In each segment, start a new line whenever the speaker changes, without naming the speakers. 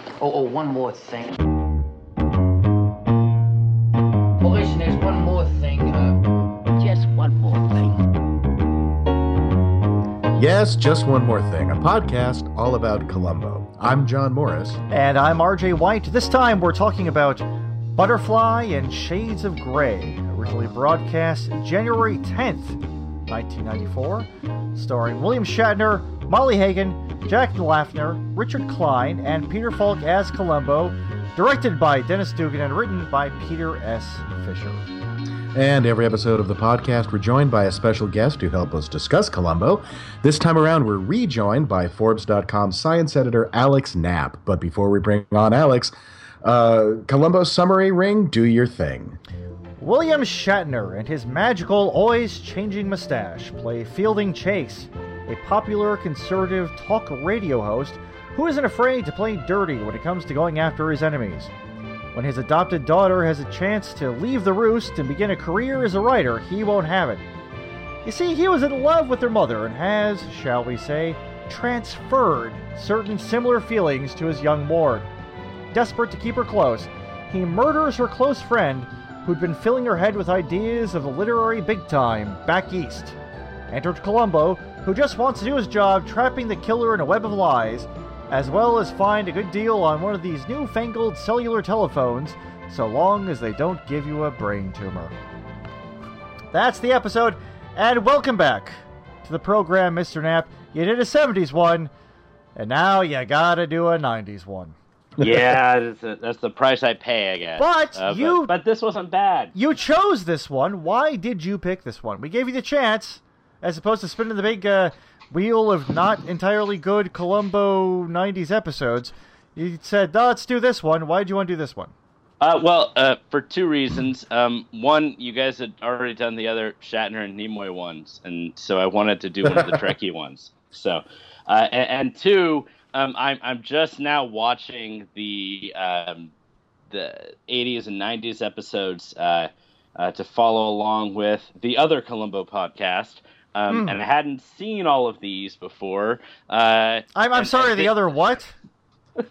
Oh, oh, one more thing. Well, listen, there's one more thing. Uh, just one more thing.
Yes, just one more thing. A podcast all about Colombo. I'm John Morris.
And I'm RJ White. This time we're talking about Butterfly and Shades of Grey, originally broadcast January 10th, 1994, starring William Shatner, Molly Hagan, Jack Laffner, Richard Klein, and Peter Falk as Columbo, directed by Dennis Dugan and written by Peter S. Fisher.
And every episode of the podcast, we're joined by a special guest to help us discuss Colombo. This time around, we're rejoined by Forbes.com science editor Alex Knapp. But before we bring on Alex, uh, Colombo summary ring, do your thing.
William Shatner and his magical, always changing mustache play Fielding Chase, a popular conservative talk radio host who isn't afraid to play dirty when it comes to going after his enemies. When his adopted daughter has a chance to leave the roost and begin a career as a writer, he won't have it. You see, he was in love with her mother and has, shall we say, transferred certain similar feelings to his young ward. Desperate to keep her close, he murders her close friend who'd been filling her head with ideas of the literary big time back east. Enter Columbo, who just wants to do his job trapping the killer in a web of lies, as well as find a good deal on one of these newfangled cellular telephones, so long as they don't give you a brain tumor. That's the episode, and welcome back to the program, Mr. Knapp. You did a 70s one, and now you gotta do a 90s one.
yeah, that's the, that's the price I pay, I guess. Uh,
But you-
but, this wasn't bad.
You chose this one. Why did you pick this one? We gave you the chance, as opposed to spinning the big uh, wheel of not entirely good Columbo 90s episodes. You said, no, let's do this one. Why did you want to do this one?
Uh, well, uh, for two reasons. Um, one, you guys had already done the other Shatner and Nimoy ones, and so I wanted to do one of the Trekkie ones. So, uh, and, and two, um, I'm I'm just now watching the um, the 80s and 90s episodes uh, uh, to follow along with the other Columbo podcast.
Hmm.
Um, And I hadn't seen all of these before. Uh,
I'm, I'm
and-
sorry,
and
the
thi-
other what?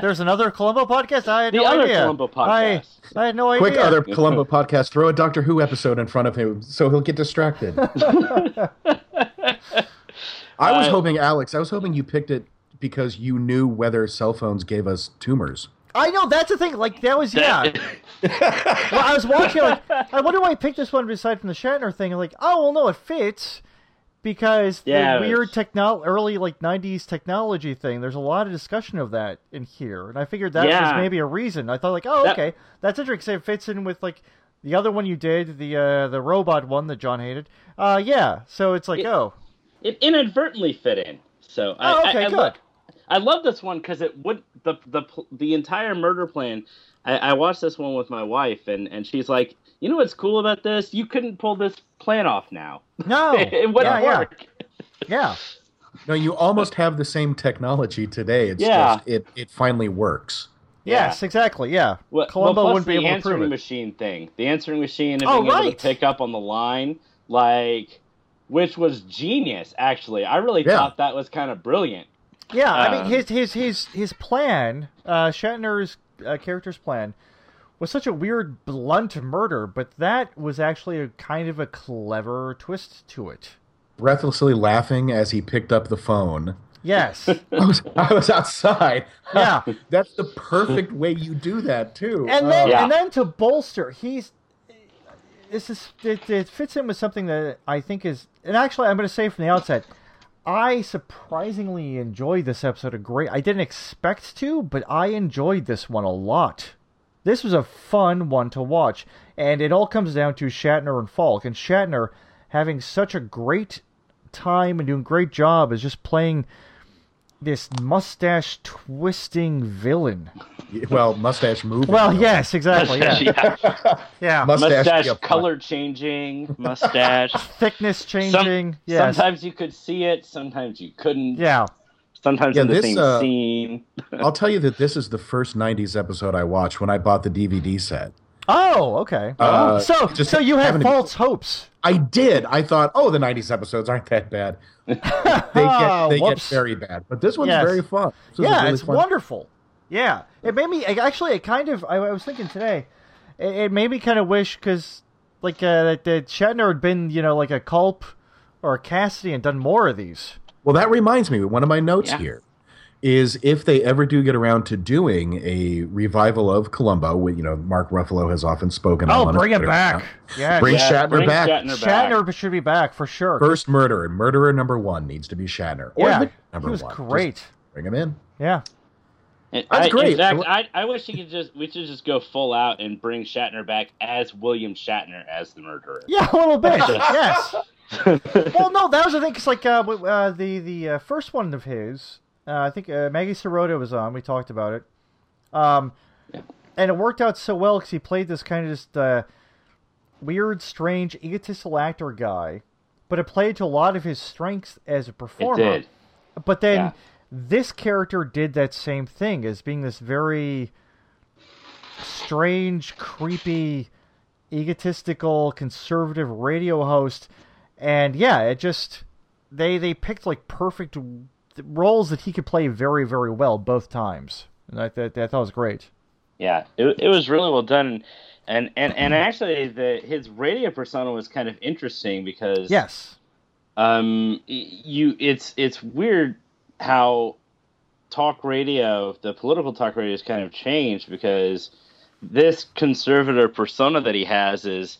There's another Columbo podcast? I had
The
no
other
idea.
Columbo podcast.
I, I had no
Quick,
idea.
other Colombo podcast, throw a Doctor Who episode in front of him so he'll get distracted. I was
Uh,
hoping, Alex, I was hoping you picked it because you knew whether cell phones gave us tumors.
I know, that's the thing. Like, that was, yeah.
that-
well, I was watching. Like, I wonder why I picked this one aside from the Shatner thing. Like, oh well, no, it fits because
Yeah, it
the weird
was-
techno early like '90s technology thing. There's a lot of discussion of that in here, and I figured that
Yeah.
was maybe a reason. I thought like, oh,
That-
okay, that's interesting. 'cause It fits in with like the other one you did, the uh, the robot one that John hated. Uh, yeah. So it's like,
Yeah.
oh,
it inadvertently fit in. So I,
oh, okay,
I, I
good.
lo- I love this one because it would the the pl- the entire murder plan. I, I watched this one with my wife, and and she's like, you know what's cool about this? You couldn't pull this plan off now.
No,
it wouldn't
Oh, yeah,
work.
yeah, yeah.
No, you almost have the same technology today. It's
Yeah.
just it, it finally works.
Yeah.
Yes, exactly. Yeah,
Well,
Columbo
well,
wouldn't
plus
be
the
able to
answering
prove it.
machine thing. The answering machine and being
Oh,
able
right.
to pick up on the line, like, which was genius. Actually, I really
Yeah.
thought that was kind of brilliant.
Yeah, I
Um,
mean his his his his plan, uh, Shatner's uh, character's plan, was such a weird blunt murder, but that was actually a kind of a clever twist to it.
Breathlessly laughing as he picked up the phone.
Yes,
I was, I was outside.
yeah,
That's the perfect way you do that too.
and
Uh,
then
Yeah.
and then to bolster, he's this is it, it fits in with something that I think is, and actually I'm going to say from the outset. I surprisingly enjoyed this episode a great. I didn't expect to, but I enjoyed this one a lot. This was a fun one to watch, and it all comes down to Shatner and Falk. And Shatner having such a great time and doing a great job as just playing this mustache twisting villain.
Uh, well, mustache moving.
Well, yes, exactly. Yeah,
Yeah.
yeah.
mustache,
mustache
up front.
color changing, mustache.
Thickness changing. yes.
Sometimes you could see it, sometimes you couldn't.
Yeah.
Sometimes
Yeah,
in the
this,
same
uh,
scene.
I'll tell you that this is the first '90s episode I watched when I bought the DVD set.
Oh, okay.
Uh,
so,
just
so you had
having to-
false hopes.
I did. I thought, oh, the '90s episodes aren't that bad. they get, they get
Whoops.
very bad, but this one's
Yes.
very fun. This is a
yeah,
really
it's
fun-
wonderful. Yeah, it made me actually. It kind of. I, I was thinking today. It, it made me kind of wish because, like, uh, that, that Shatner had been, you know, like a Culp or a Cassidy and done more of these.
Well, that reminds me. One of my notes
Yeah.
here is if they ever do get around to doing a revival of Columbo, we- you know, Mark Ruffalo has often spoken.
Oh,
on
bring
his
it
Twitter
back.
account.
Yeah,
Bring
Yeah,
Shatner
bring
back.
Shatner back.
Shatner should be back for sure.
First murderer, murderer number one needs to be Shatner. Or
yeah,
Mitch
he
number
was
one. Just
great.
bring him in.
Yeah,
And
That's
I,
great.
In fact, I, I wish you could just we should just go full out and bring Shatner back as William Shatner as the murderer.
yeah, a little bit. yes. Well, no, that was the thing. Cause like uh, w- uh, the the uh, first one of his, uh, I think uh, Maggie Sirota was on. We talked about it. Um, and it worked out so well because he played this kind of just uh, weird, strange, egotistical actor guy, but it played to a lot of his strengths as a
it
performer.
did.
But then
Yeah.
this character did that same thing as being this very strange, creepy, egotistical, conservative radio host. And yeah, it just they they picked like perfect roles that he could play very very well both times. And I, that, that, that was great.
Yeah, it, it was really well done, and and and actually the his radio persona was kind of interesting because
Yes.
um y- you it's it's weird how talk radio the political talk radio has kind of changed because this conservative persona that he has is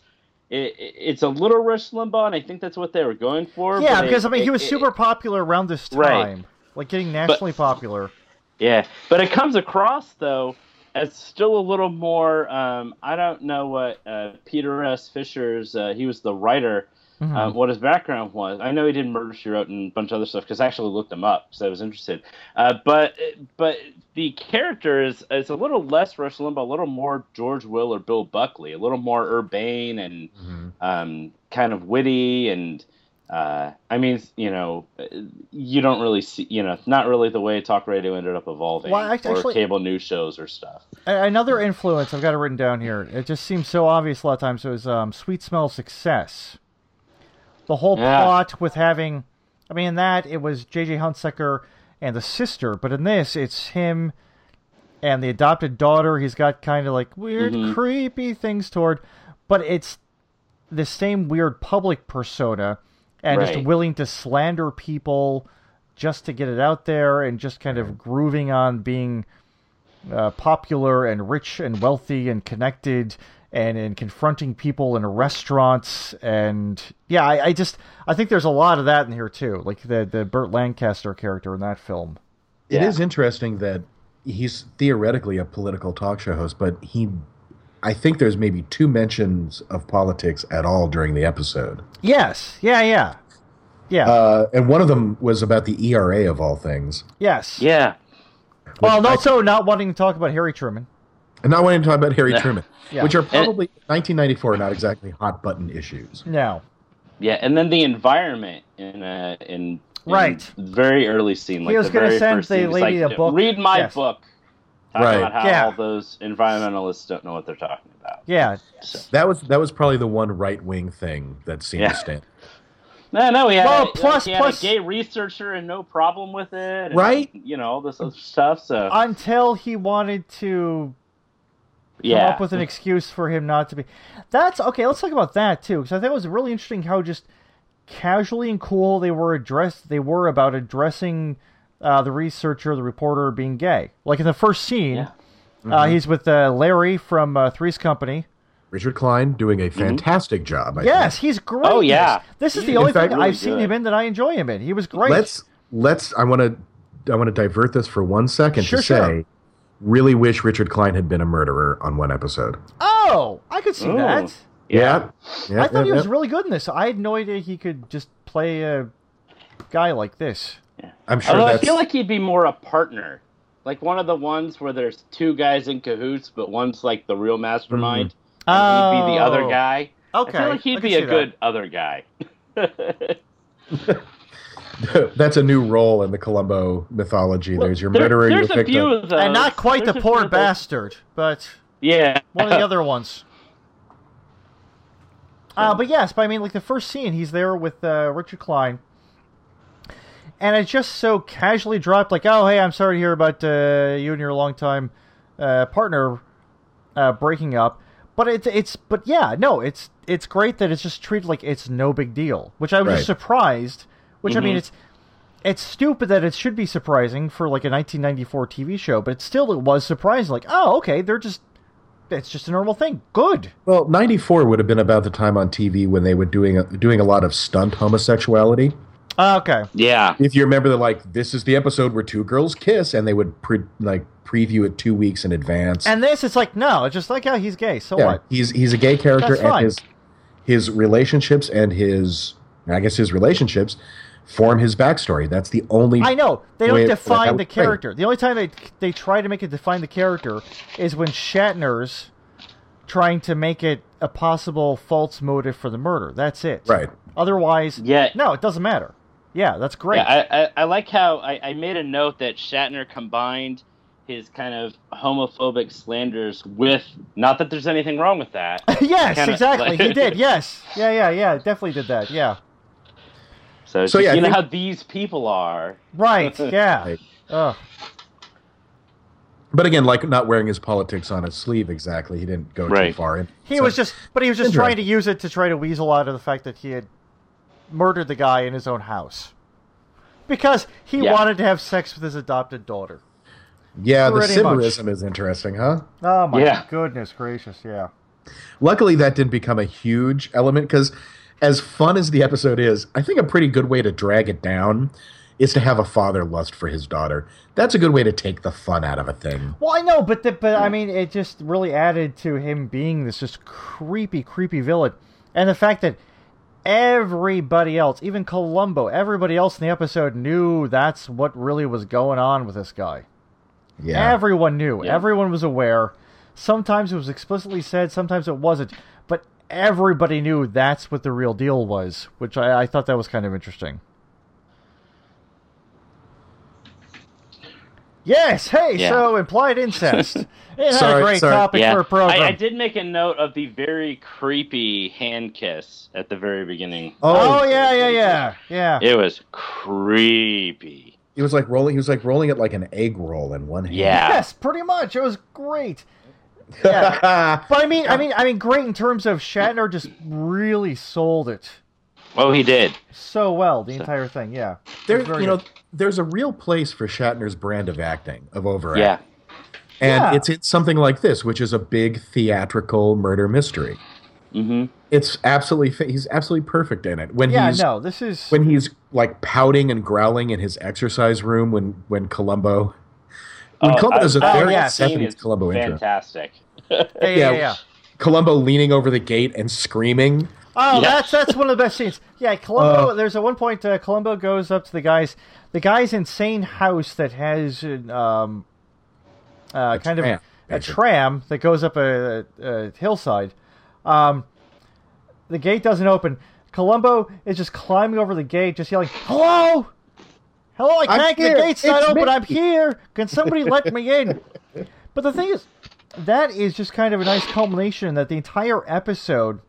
it, it- it's a little Rush Limbaugh, and I think that's what they were going for.
Yeah,
but
because
it-
I mean he
it-
was
it-
super popular around this time.
Right.
Like getting nationally popular.
Yeah, but it comes across though as still a little more. Um, I don't know what uh, Peter S. Fisher's. Uh, he was the writer.
Mhm.
Um, what his background was. I know he did Murder She Wrote and a bunch of other stuff because I actually looked them up, so I was interested. Uh, but but the character is is a little less Rush Limbaugh, a little more George Will or Bill Buckley, a little more urbane and
Mm-hmm.
um, kind of witty and uh, I mean, you know, you don't really see, you know, not really the way talk radio ended up evolving
Well, act-
or
actually-
cable news shows or stuff.
A- Another influence I've got it written down here. It just seems so obvious a lot of times. It was um, Sweet Smell of Success. The whole
Yeah.
plot with having, I mean, in that it was J.J. Hunsecker and the sister, but in this it's him and the adopted daughter. He's got kind of like weird, creepy things toward, but it's the same weird public persona and just
Right.
willing to slander people just to get it out there and just kind of grooving on being uh, popular and rich and wealthy and connected and in confronting people in restaurants and yeah I, I just i think there's a lot of that in here too like the the burt lancaster character in that film
It
Yeah.
is interesting that he's theoretically a political talk show host, but he, I think there's maybe two mentions of politics at all during the episode.
yes yeah yeah yeah
Uh, and one of them was about the ERA of all things.
yes
Yeah.
well and
Which I-
also not wanting to talk about harry truman
And not wanting to talk about Harry
No.
Truman,
Yeah.
which are probably 1994 not exactly hot button issues.
no
Yeah, and then the environment in uh, in in
Right.
very early scene. Like
was
the
gonna
very
send
first
the
scene, it's
lady
like,
a book.
Read my
Yes.
book. Talk
Right.
about how
Yeah.
all those environmentalists don't know what they're talking about.
yeah
So,
That was that was probably the one right wing thing that seemed
Yeah.
to stand.
no, no, he had,
Well,
a,
plus-
he had
plus-
a gay researcher and no problem with it. and,
Right.
You know all this other stuff. So
until he wanted to come
yeah,
up with an excuse for him not to be. That's okay. Let's talk about that too, because I think it was really interesting how just casually and cool they were addressed. They were about addressing uh, the researcher, the reporter being gay. Like in the first scene,
Yeah. Mm-hmm.
uh, he's with uh, Larry from uh, Three's Company.
Richard Klein doing a fantastic job. I
Yes, he's great.
Oh, yeah.
this is the
In
only
fact,
thing
really
I've seen
good.
him in that I enjoy him in. He was great.
Let's let's. I want to. I want to divert this for one second
Sure,
to
sure.
say, really wish Richard Klein had been a murderer on one episode.
oh, I could see
Ooh.
that.
Yeah, yeah.
I thought he
yeah,
was
yeah.
really good in this. I had no idea he could just play a guy like this.
I'm sure
Although I
that's.
feel like he'd be more a partner, like one of the ones where there's two guys in cahoots, but one's like the real mastermind, and he'd be the
Oh.
other guy.
Okay,
I feel like
I
he'd
can
be
see
a
that.
good other guy.
that's a new role in the Columbo mythology. there's your
There-
murderer,
there's
your
a few
victim.
of those.
and not quite
uh, There's
the
a few
poor
of those-
bastard, but
Yeah,
one of the other ones. Uh, but yes, but I mean, like the first scene, he's there with uh, Richard Klein, and I just so casually dropped like, "Oh, hey, I'm sorry to hear about uh, you and your longtime uh, partner uh, breaking up." But it's it's but yeah, no, it's it's great that it's just treated like it's no big deal, which I was
Right.
just surprised. Which I mean,
Mhm.
it's it's stupid that it should be surprising for like a 1994 TV show, but still it was surprising. Like, oh, okay, they're just it's just a normal thing. Good.
Well, 94 would have been about the time on TV when they were doing a, doing a lot of stunt homosexuality.
Uh, okay.
Yeah.
If you remember that like this is the episode where two girls kiss and they would pre- like preview it 2 weeks in advance.
And this, it's like no, it's just like oh, he's gay. So
yeah,
what?
he's he's a gay character
That's fine.
and his his relationships and his I guess his relationships form his backstory. That's the only
I know they
Wait,
don't
that
define
was
the
great.
character. The only time they they try to make it define the character is when Shatner's trying to make it a possible false motive for the murder. That's it.
Right.
Otherwise,
Yeah.
no, it doesn't matter. Yeah, that's great.
Yeah, I, I, I like how I, I made a note that Shatner combined his kind of homophobic slanders with not that there's anything wrong with that.
yes,
Kinda-
exactly.
like-
he did. Yes. Yeah, yeah, yeah. Definitely did that. Yeah.
So, it's
So,
just,
yeah, I
you know
think-
how these people are.
Right. Yeah.
Right.
Ugh.
But again, like not wearing his politics on his sleeve exactly. He didn't go too
Right.
far in.
He
So-
was just, but he was just
Syndrome.
trying to use it to try to weasel out of the fact that he had murdered the guy in his own house because he
Yeah.
wanted to have sex with his adopted daughter.
Yeah, the
pretty
symbolism is interesting, huh?
Oh my
Yeah.
goodness gracious! Yeah,
Luckily that didn't become a huge element cuz as fun as the episode is, I think a pretty good way to drag it down is to have a father lust for his daughter. That's a good way to take the fun out of a thing.
Well, I know, but the, but I mean, it just really added to him being this just creepy, creepy villain, and the fact that everybody else, even Columbo, everybody else in the episode knew that's what really was going on with this guy.
Yeah.
Everyone knew.
Yeah.
Everyone was aware. Sometimes it was explicitly said, sometimes it wasn't, but everybody knew that's what the real deal was, which I, I thought that was kind of interesting. Yes, hey,
Yeah.
so implied incest. it had
Sorry,
a great
sorry.
topic
yeah.
for a program.
I, I did make a note of the very creepy hand kiss at the very beginning.
Oh, yeah, yeah, yeah, yeah.
It was creepy.
He was like rolling. He was like rolling it like an egg roll in one hand.
Yeah.
Yes, pretty much. It was great. Yeah. But I mean, I mean, I mean, great in terms of Shatner just really sold it
Oh, he did.
so well the entire thing. Yeah,
there,
Very
you know,
good.
there's a real place for Shatner's brand of acting, of overacting,
Yeah.
and
Yeah.
it's it's something like this, which is a big theatrical murder mystery.
Mm-hmm.
It's absolutely fa- he's absolutely perfect in it when
yeah.
he's
No, this is
when he's like pouting and growling in his exercise room when when Columbo when
Oh,
Columbo
I-
does a
I-
very
yeah,
scene
seventies
is
Columbo intro.
Fantastic.
Yeah, yeah,
Yeah.
yeah.
Columbo leaning over the gate and screaming.
Oh,
Yeah.
that's that's one of the best scenes. Yeah, Columbo.
Uh,
there's at one point uh, Columbo goes up to the guys, the guy's insane house that has an, um, uh,
tram,
kind of a
basically.
tram that goes up a, a hillside. Um, the gate doesn't open. Columbo is just climbing over the gate, just yelling, "Hello, hello! I
I'm
can't. The
here.
gate's not
It's
open.
me."
I'm here. Can somebody let me in?" But the thing is, that is just kind of a nice culmination that the entire episode,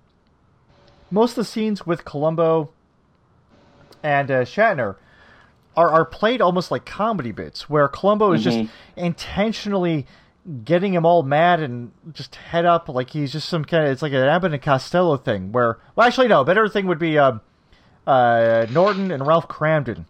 most of the scenes with Columbo and uh, Shatner are, are played almost like comedy bits, where Columbo is just intentionally getting him all mad and just head up like he's just some kind of it's like an Abbott and Costello thing where well actually no better thing would be um, uh, Norton and Ralph Cramden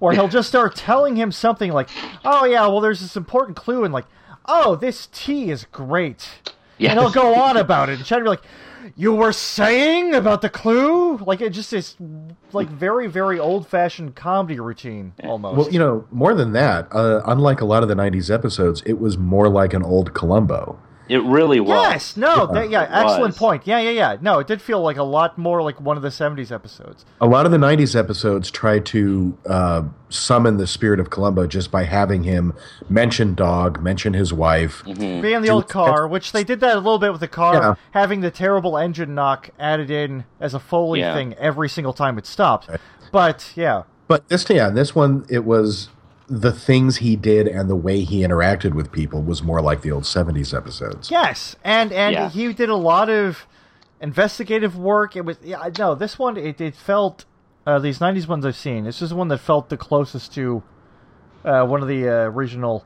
or he'll just start telling him something like, "Oh yeah, well there's this important clue," and like, "Oh, this tea is great,"
Yeah.
and he'll go on about it. And Chad will be like, "You were saying about the clue?" Like it just is like very very old fashioned comedy routine almost.
Well, you know, more than that, uh, unlike a lot of the 90s episodes, it was more like an old Columbo.
It really was.
Yes, no, that, yeah,
It
excellent
was.
point. Yeah, yeah, yeah. No, it did feel like a lot more like one of the '70s episodes.
A lot of the 90s episodes try to uh, summon the spirit of Columbo just by having him mention dog, mention his wife.
Mm.
Be in the
Do-
old car, which they did that a little bit with the car,
Yeah.
having the terrible engine knock added in as a Foley
Yeah.
thing every single time it stopped. But yeah,
But this, yeah, this one, it was the things he did and the way he interacted with people was more like the old 70s episodes.
yes, and and
Yeah.
he did a lot of investigative work. It was yeah, I- no, this one it, it felt uh, these '90s ones I've seen. This is one that felt the closest to uh, one of the uh, original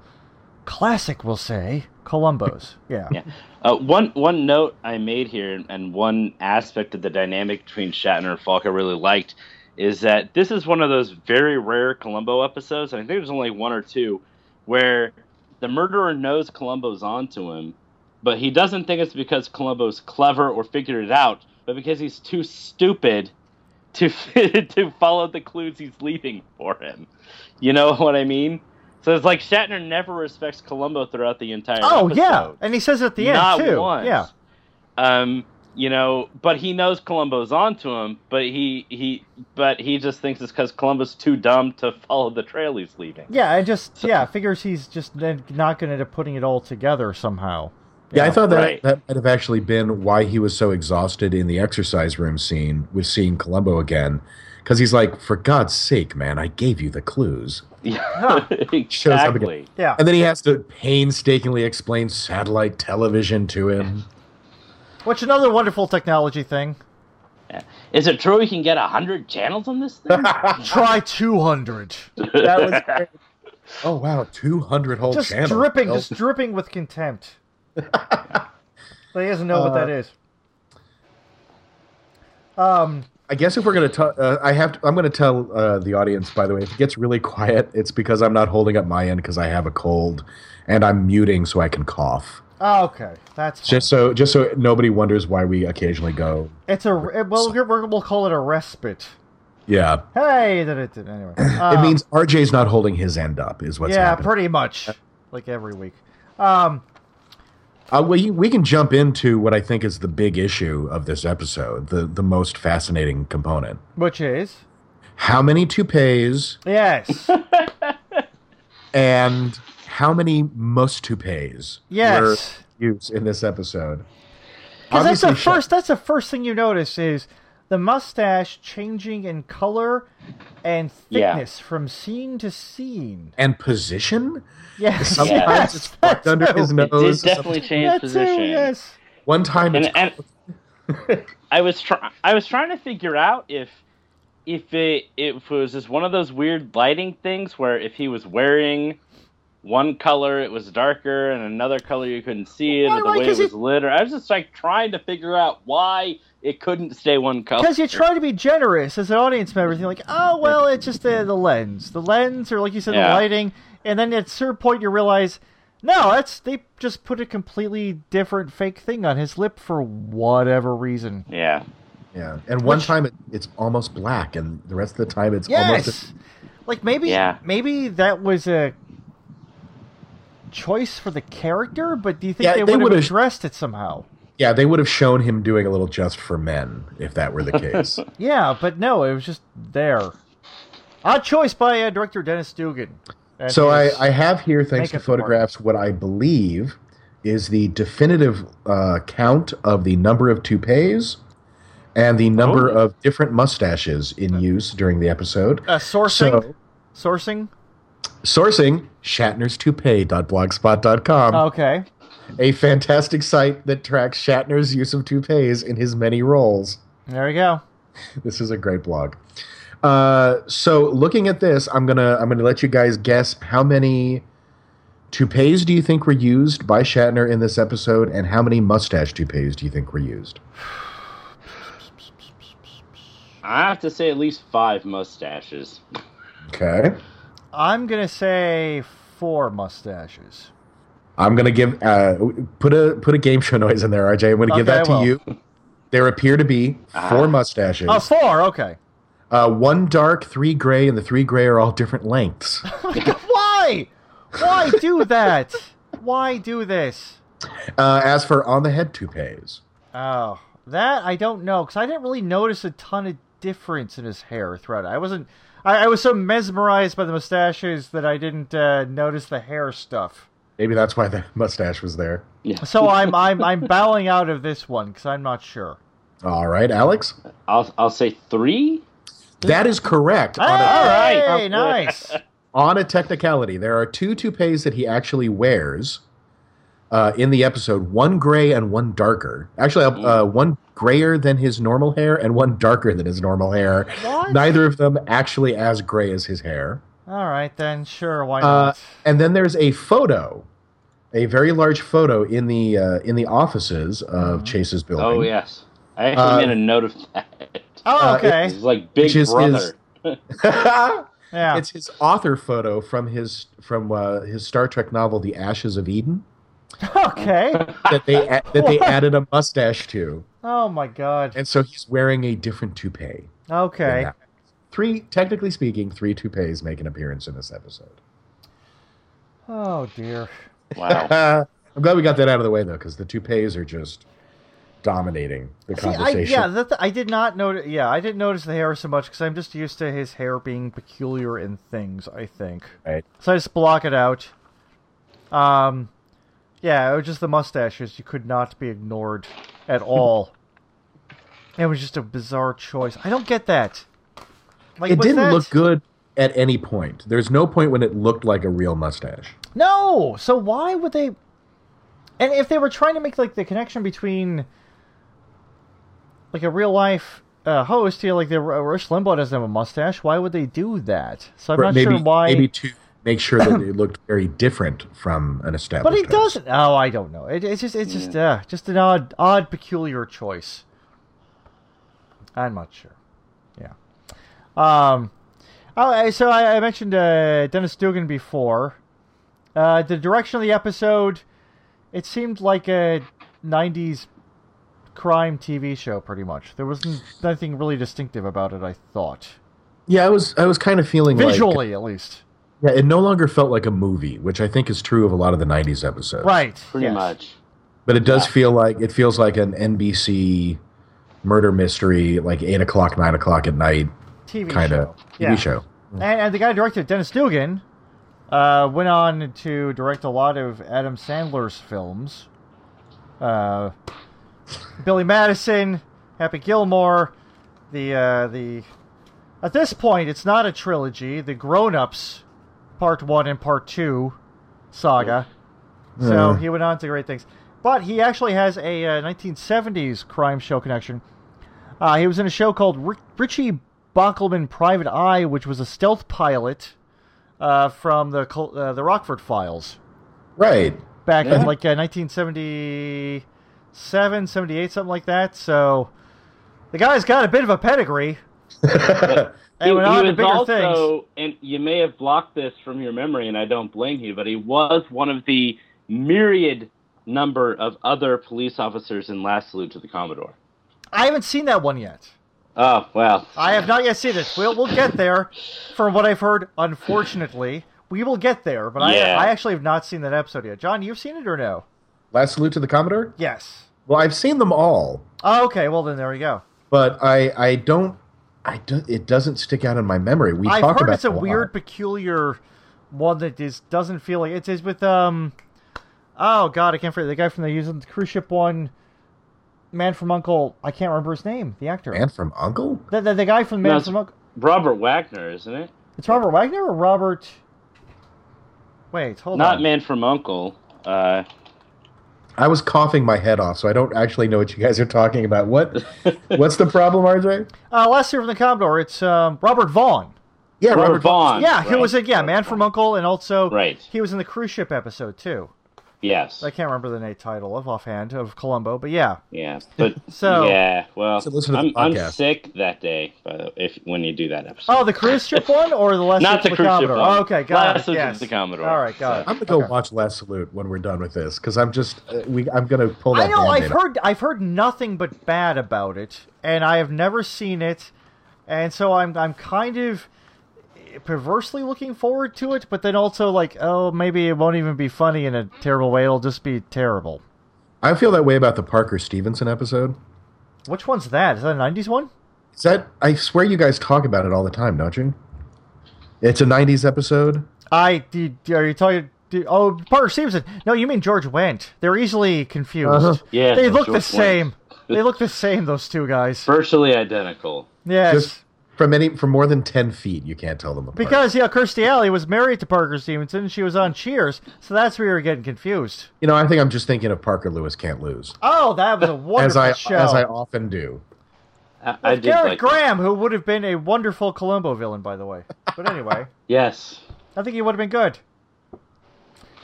classic, we'll say, Columbos. Yeah.
Yeah. Uh, one one note I made here, and one aspect of the dynamic between Shatner and Falk I really liked, is that this is one of those very rare Columbo episodes. and I think there's only one or two where the murderer knows Columbo's onto him, but he doesn't think it's because Columbo's clever or figured it out, but because he's too stupid to to follow the clues he's leaving for him. You know what I mean? So it's like Shatner never respects Columbo throughout the entire.
Oh yeah,
episode.
and he says it at the
Not
end too.
once.
Yeah.
Um, you know, but he knows Columbo's onto him, but he he but he just thinks it's because Columbo's too dumb to follow the trail he's leaving.
Yeah, I just
So-
yeah figures he's just then not going to putting it all together somehow.
Yeah, I thought that
Right.
that might have actually been why he was so exhausted in the exercise room scene with seeing Columbo again, because he's like, "For God's sake, man, I gave you the clues,"
Yeah,
Shows up again.
exactly.
Yeah,
and then he has to painstakingly explain satellite television to him.
which another wonderful technology thing.
Is it true he can get hundred channels on this thing?
Try two hundred.
That was great. oh wow, two hundred whole
Just
channels.
dripping,
Well,
just dripping with contempt. he doesn't know what
Uh,
that is. Um.
I guess if we're gonna, t- uh, I have. To, I'm gonna tell uh, the audience. By the way, if it gets really quiet, it's because I'm not holding up my end because I have a cold, and I'm muting so I can cough.
oh, okay, that's fine.
Just so, just so nobody wonders why we occasionally go.
it's a it- well. we're- We'll call it a respite.
Yeah,
Hey, that it did anyway.
it
Um,
means RJ's not holding his end up. Is what's
yeah,
happening.
pretty much like every week. Um.
Uh, we, we can jump into what I think is the big issue of this episode, the the most fascinating component.
Which is
How many toupees
yes,
and how many must toupees were
yes.
used in this episode?
Because that's the
Obviously, Sha-
first. That's the first thing you notice is the mustache changing in color and
Yeah.
thickness from scene to scene.
and position.
Yes,
Sometimes
Yes.
it's tucked under his
It
nose.
did definitely change
That's
position.
it, yes.
One time, it's,
and, and I was trying. I was trying to figure out if if it if it was just one of those weird lighting things where if he was wearing one color it was darker and another color you couldn't see it
Why-
or the
why,
way it
'cause
was
it-
lit. Or I was just like trying to figure out why it couldn't stay one color.
Because you try to be generous as an audience member, you're like, oh well, it's just the, the lens, the lens, or like you said, the
Yeah.
lighting, and then at a certain point you realize, no, that's they just put a completely different fake thing on his lip for whatever reason.
Yeah.
yeah, and one
Which-
time it, it's almost black, and the rest of the time it's almost.
Yes. Like maybe
Yeah.
maybe that was a choice for the character, but do you think
Yeah,
they,
they
would have
would've-
addressed it somehow?
Yeah, they would have shown him doing a little just for men if that were the case.
Yeah, but no, it was just there. Odd choice by uh, director Dennis Dugan. And
so
his-
I, I have here, thanks
Make
to
it work.
photographs, what I believe is the definitive uh, count of the number of toupees and the number
Oh.
of different mustaches in use during the episode.
uh, sourcing
So,
sourcing.
sourcing Shatner's toupee.blogspot.com,
Oh, Okay.
a fantastic site that tracks Shatner's use of toupees in his many roles.
There you go.
this is a great blog. Uh, so looking at this, I'm gonna I'm gonna let you guys guess how many toupees do you think were used by Shatner in this episode, and how many mustache toupees do you think were used?
I have to say at least five mustaches.
Okay,
I'm gonna say four mustaches.
I'm gonna give uh, put a put a game show noise in there, RJ. I'm gonna give
Okay,
that to
I will.
you. There appear to be four
Ah.
mustaches,
Oh, four. Okay.
uh, one dark, three gray, and the three gray are all different lengths.
Why? Why do that? Why do this?
Uh, as for on the head toupees,
Oh, that I don't know because I didn't really notice a ton of difference in his hair throughout. it. I wasn't. I, I was so mesmerized by the mustaches that I didn't uh, notice the hair stuff.
maybe that's why the mustache was there.
So I'm I'm I'm bowing out of this one because I'm not sure.
All right, Alex.
I'll I'll say three.
That is correct.
Hey,
On a,
right.
nice.
on a technicality, there are two toupees that he actually wears. uh, in the episode one gray and one darker. Actually, uh, one grayer than his normal hair and one darker than his normal hair.
What?
Neither of them actually as gray as his hair.
All right, then, sure, why
Uh,
not?
and then there's a photo, a very large photo in the uh, in the offices of Chase's building.
Oh yes, I actually
Uh,
made a note of that.
Oh,
uh,
okay.
It's like Big
Which is-
Brother.
is- yeah.
yeah.
It's his author photo from his from uh, his Star Trek novel, The Ashes of Eden,
okay.
that they a- that they added a mustache to,
Oh my god.
and so he's wearing a different toupee.
Okay.
Yeah. Three, technically speaking, three toupees make an appearance in this episode.
Oh dear.
Wow.
Oh.
I'm glad we got that out of the way though, because the toupees are just dominating the
See, I,
conversation.
yeah, that, I did not notice. Yeah, I didn't notice the hair so much because I'm just used to his hair being peculiar in things. I think.
Right.
So I just block it out. Um, yeah, it was just the mustaches. You could not be ignored at all. it was just a bizarre choice. I don't get that. Like,
it
was
didn't
that-
look good at any point. There's no point when it looked like a real mustache.
No. So why would they? And if they were trying to make like the connection between like a real life uh, host, you know, like the Rush Limbaugh doesn't have a mustache. Why would they do that? So I'm
Or
not
maybe,
sure why.
Maybe to make sure that it looked very different from an
but
established.
it
host.
doesn't. Oh, I don't know. It, it's just it's just uh, just an odd odd peculiar choice. I'm not sure. Yeah. Um. Oh, I- so I, I mentioned uh, Dennis Dugan before. Uh, the direction of the episode, it seemed like a '90s crime TV show, pretty much. There wasn't nothing really distinctive about it. I thought
Yeah, I was I was kind of feeling like-
visually, at least.
yeah, it no longer felt like a movie, which I think is true of a lot of the '90s episodes.
Right.
Pretty
yes.
much.
But it does
Yeah.
feel like it feels like an NBC murder mystery, like eight o'clock, nine o'clock at night
TV
kind
show.
of TV
Yeah.
show.
And, and the guy who directed it, Dennis Dugan, uh, went on to direct a lot of Adam Sandler's films. Uh, Billy Madison, Happy Gilmore, the uh, the. At this point, it's not a trilogy. The Grown Ups, Part One and Part Two, saga. So
Yeah.
he went on to great things. But he actually has a uh, 1970s crime show connection. Uh, he was in a show called Ri- Richie Bockelman Private Eye, which was a stealth pilot uh, from the Col- uh, the Rockford Files
Right.
back
Yeah.
in like uh, 1977, 78, something like that. So the guy's got a bit of a pedigree. And went on to bigger things.
also, and you may have blocked this from your memory, and I don't blame you, but he was one of the myriad number of other police officers in Last Salute to the Commodore.
I haven't seen that one yet.
Oh well,
I have not yet seen it. We'll we'll get there. From what I've heard, unfortunately, we will get there. But
Yeah.
I I actually have not seen that episode yet. John, you've seen it or no?
Last salute to the Commodore.
Yes.
Well, I've seen them all,
Oh, okay. Well, then there we go.
but I I don't I don't, it doesn't stick out in my memory. We
I've
talk
heard
about
it's a
it lot.
weird, peculiar one that is doesn't feel like it is with um. Oh God, I can't forget the guy from the using the cruise ship one, man from Uncle. I can't remember his name. The actor.
man from Uncle.
The, the, the guy from Man
No, it's-
from Uncle.
Robert Wagner, isn't it?
It's Robert Wagner or Robert. Wait, hold
Not
on.
Man from Uncle. Uh,
I was coughing my head off, so I don't actually know what you guys are talking about. What what's the problem, RJ?
Uh, last year from the Commodore, it's um, Robert Vaughn.
Yeah,
Robert, Vaughn.
Yeah, he
right.
was a yeah Man from Uncle, and also
Right.
he was in the cruise ship episode too.
Yes.
I can't remember the name title of offhand of Columbo, but yeah.
yeah. But
So-
yeah. Well,
So listen to the
I'm, I'm
podcast.
sick that day. By the if when you do that episode.
Oh, the cruise ship one or the last
Not
Search for
the cruise ship
Commodore?
one.
Oh, okay, got
Last
it.
Search
yes.
for the Commodore.
All right, got
I'm
it.
gonna go
Okay.
watch Last Salute when we're done with this because I'm just uh, we I'm gonna pull. That
I know I've
Band-Aid off.
heard I've heard nothing but bad about it, and I have never seen it, and so I'm I'm kind of perversely looking forward to it, but then also like oh maybe it won't even be funny in a terrible way; it'll just be terrible.
I feel that way about the Parker Stevenson episode.
Which one's that? Is that a '90s one?
Is that I swear you guys talk about it all the time, don't you? It's a '90s episode.
I do, are you talking? Do, oh, Parker Stevenson. No, you mean George Wendt. They're easily confused.
Uh-huh.
Yeah,
they
it's
look the
George Wendt.
same. they look the same. Those two guys.
Virtually identical.
Yes.
Just uh, from any from more than ten feet, you can't tell them apart.
Because yeah, Kirstie Alley was married to Parker Stevenson. She was on Cheers, so that's where you're getting confused.
you know, I think I'm just thinking of Parker Lewis can't lose,
Oh, that was a
as
wonderful
I
show.
as I often do.
I, I
With
did
Garrett
like that.
Graham, who would have been a wonderful Columbo villain, by the way. But anyway,
Yes.
I think he would have been good.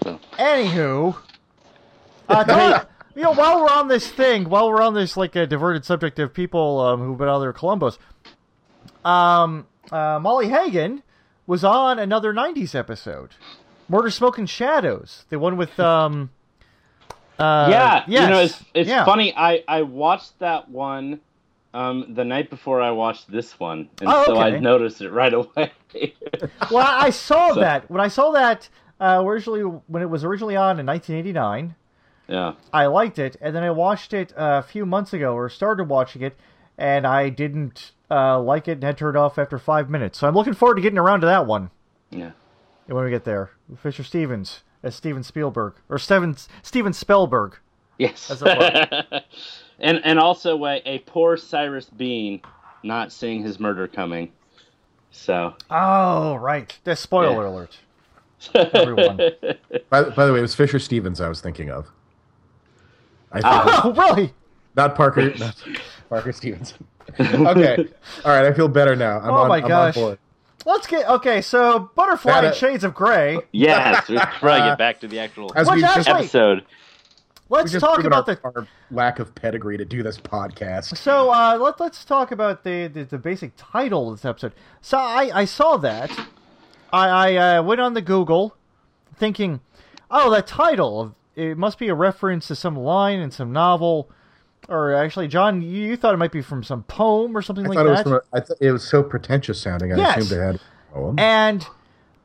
So.
Anywho, uh, Todd, you know, while we're on this thing, while we're on this like a diverted subject of people um, who've been on their Columbos, um, uh, Molly Hagan was on another '90s episode, "Murder, Smoke, and Shadows," the one with um, uh,
yeah, you know,
yes,
it's, it's
yeah.
funny. I, I watched that one um, the night before I watched this one, and
Oh,
so I
okay.
noticed it right away.
Well, I saw
So-
that when I saw that uh, originally when it was originally on in 1989.
yeah,
I liked it, and then I watched it uh, a few months ago, or started watching it, and I didn't uh, like it and had turned off after five minutes. So I'm looking forward to getting around to that one
yeah.
when we get there. Fisher Stevens as Steven Spielberg or Steven Steven Spellberg.
Yes.
That's a
and and also a, a poor Cyrus Bean not seeing his murder coming. So
Oh, right. The spoiler
Yeah.
alert. Everyone.
By, by the way, it was Fisher Stevens I was thinking of. I think
oh, really?
not Parker, not Parker Stevenson. okay, all right. I feel better now. I'm
Oh
on,
my
I'm on
gosh.
board.
Let's get okay. So, Butterfly
That, uh,
and Shades of Gray.
yes, we should probably get back to the actual
As
Which
we just,
actually-
episode.
we
Let's
just
talk
proven
about
our,
the
our lack of pedigree to do this podcast.
So uh, let, let's talk about the, the, the basic title of this episode. So I, I saw that. I, I uh, went on the Google thinking, oh, that title, of it must be a reference to some line in some novel. Or actually, John, you, you thought it might be from some poem or something
I
like
thought
that.
it was from a, I th- it was so pretentious sounding. I
Yes.
assumed it had a poem.
And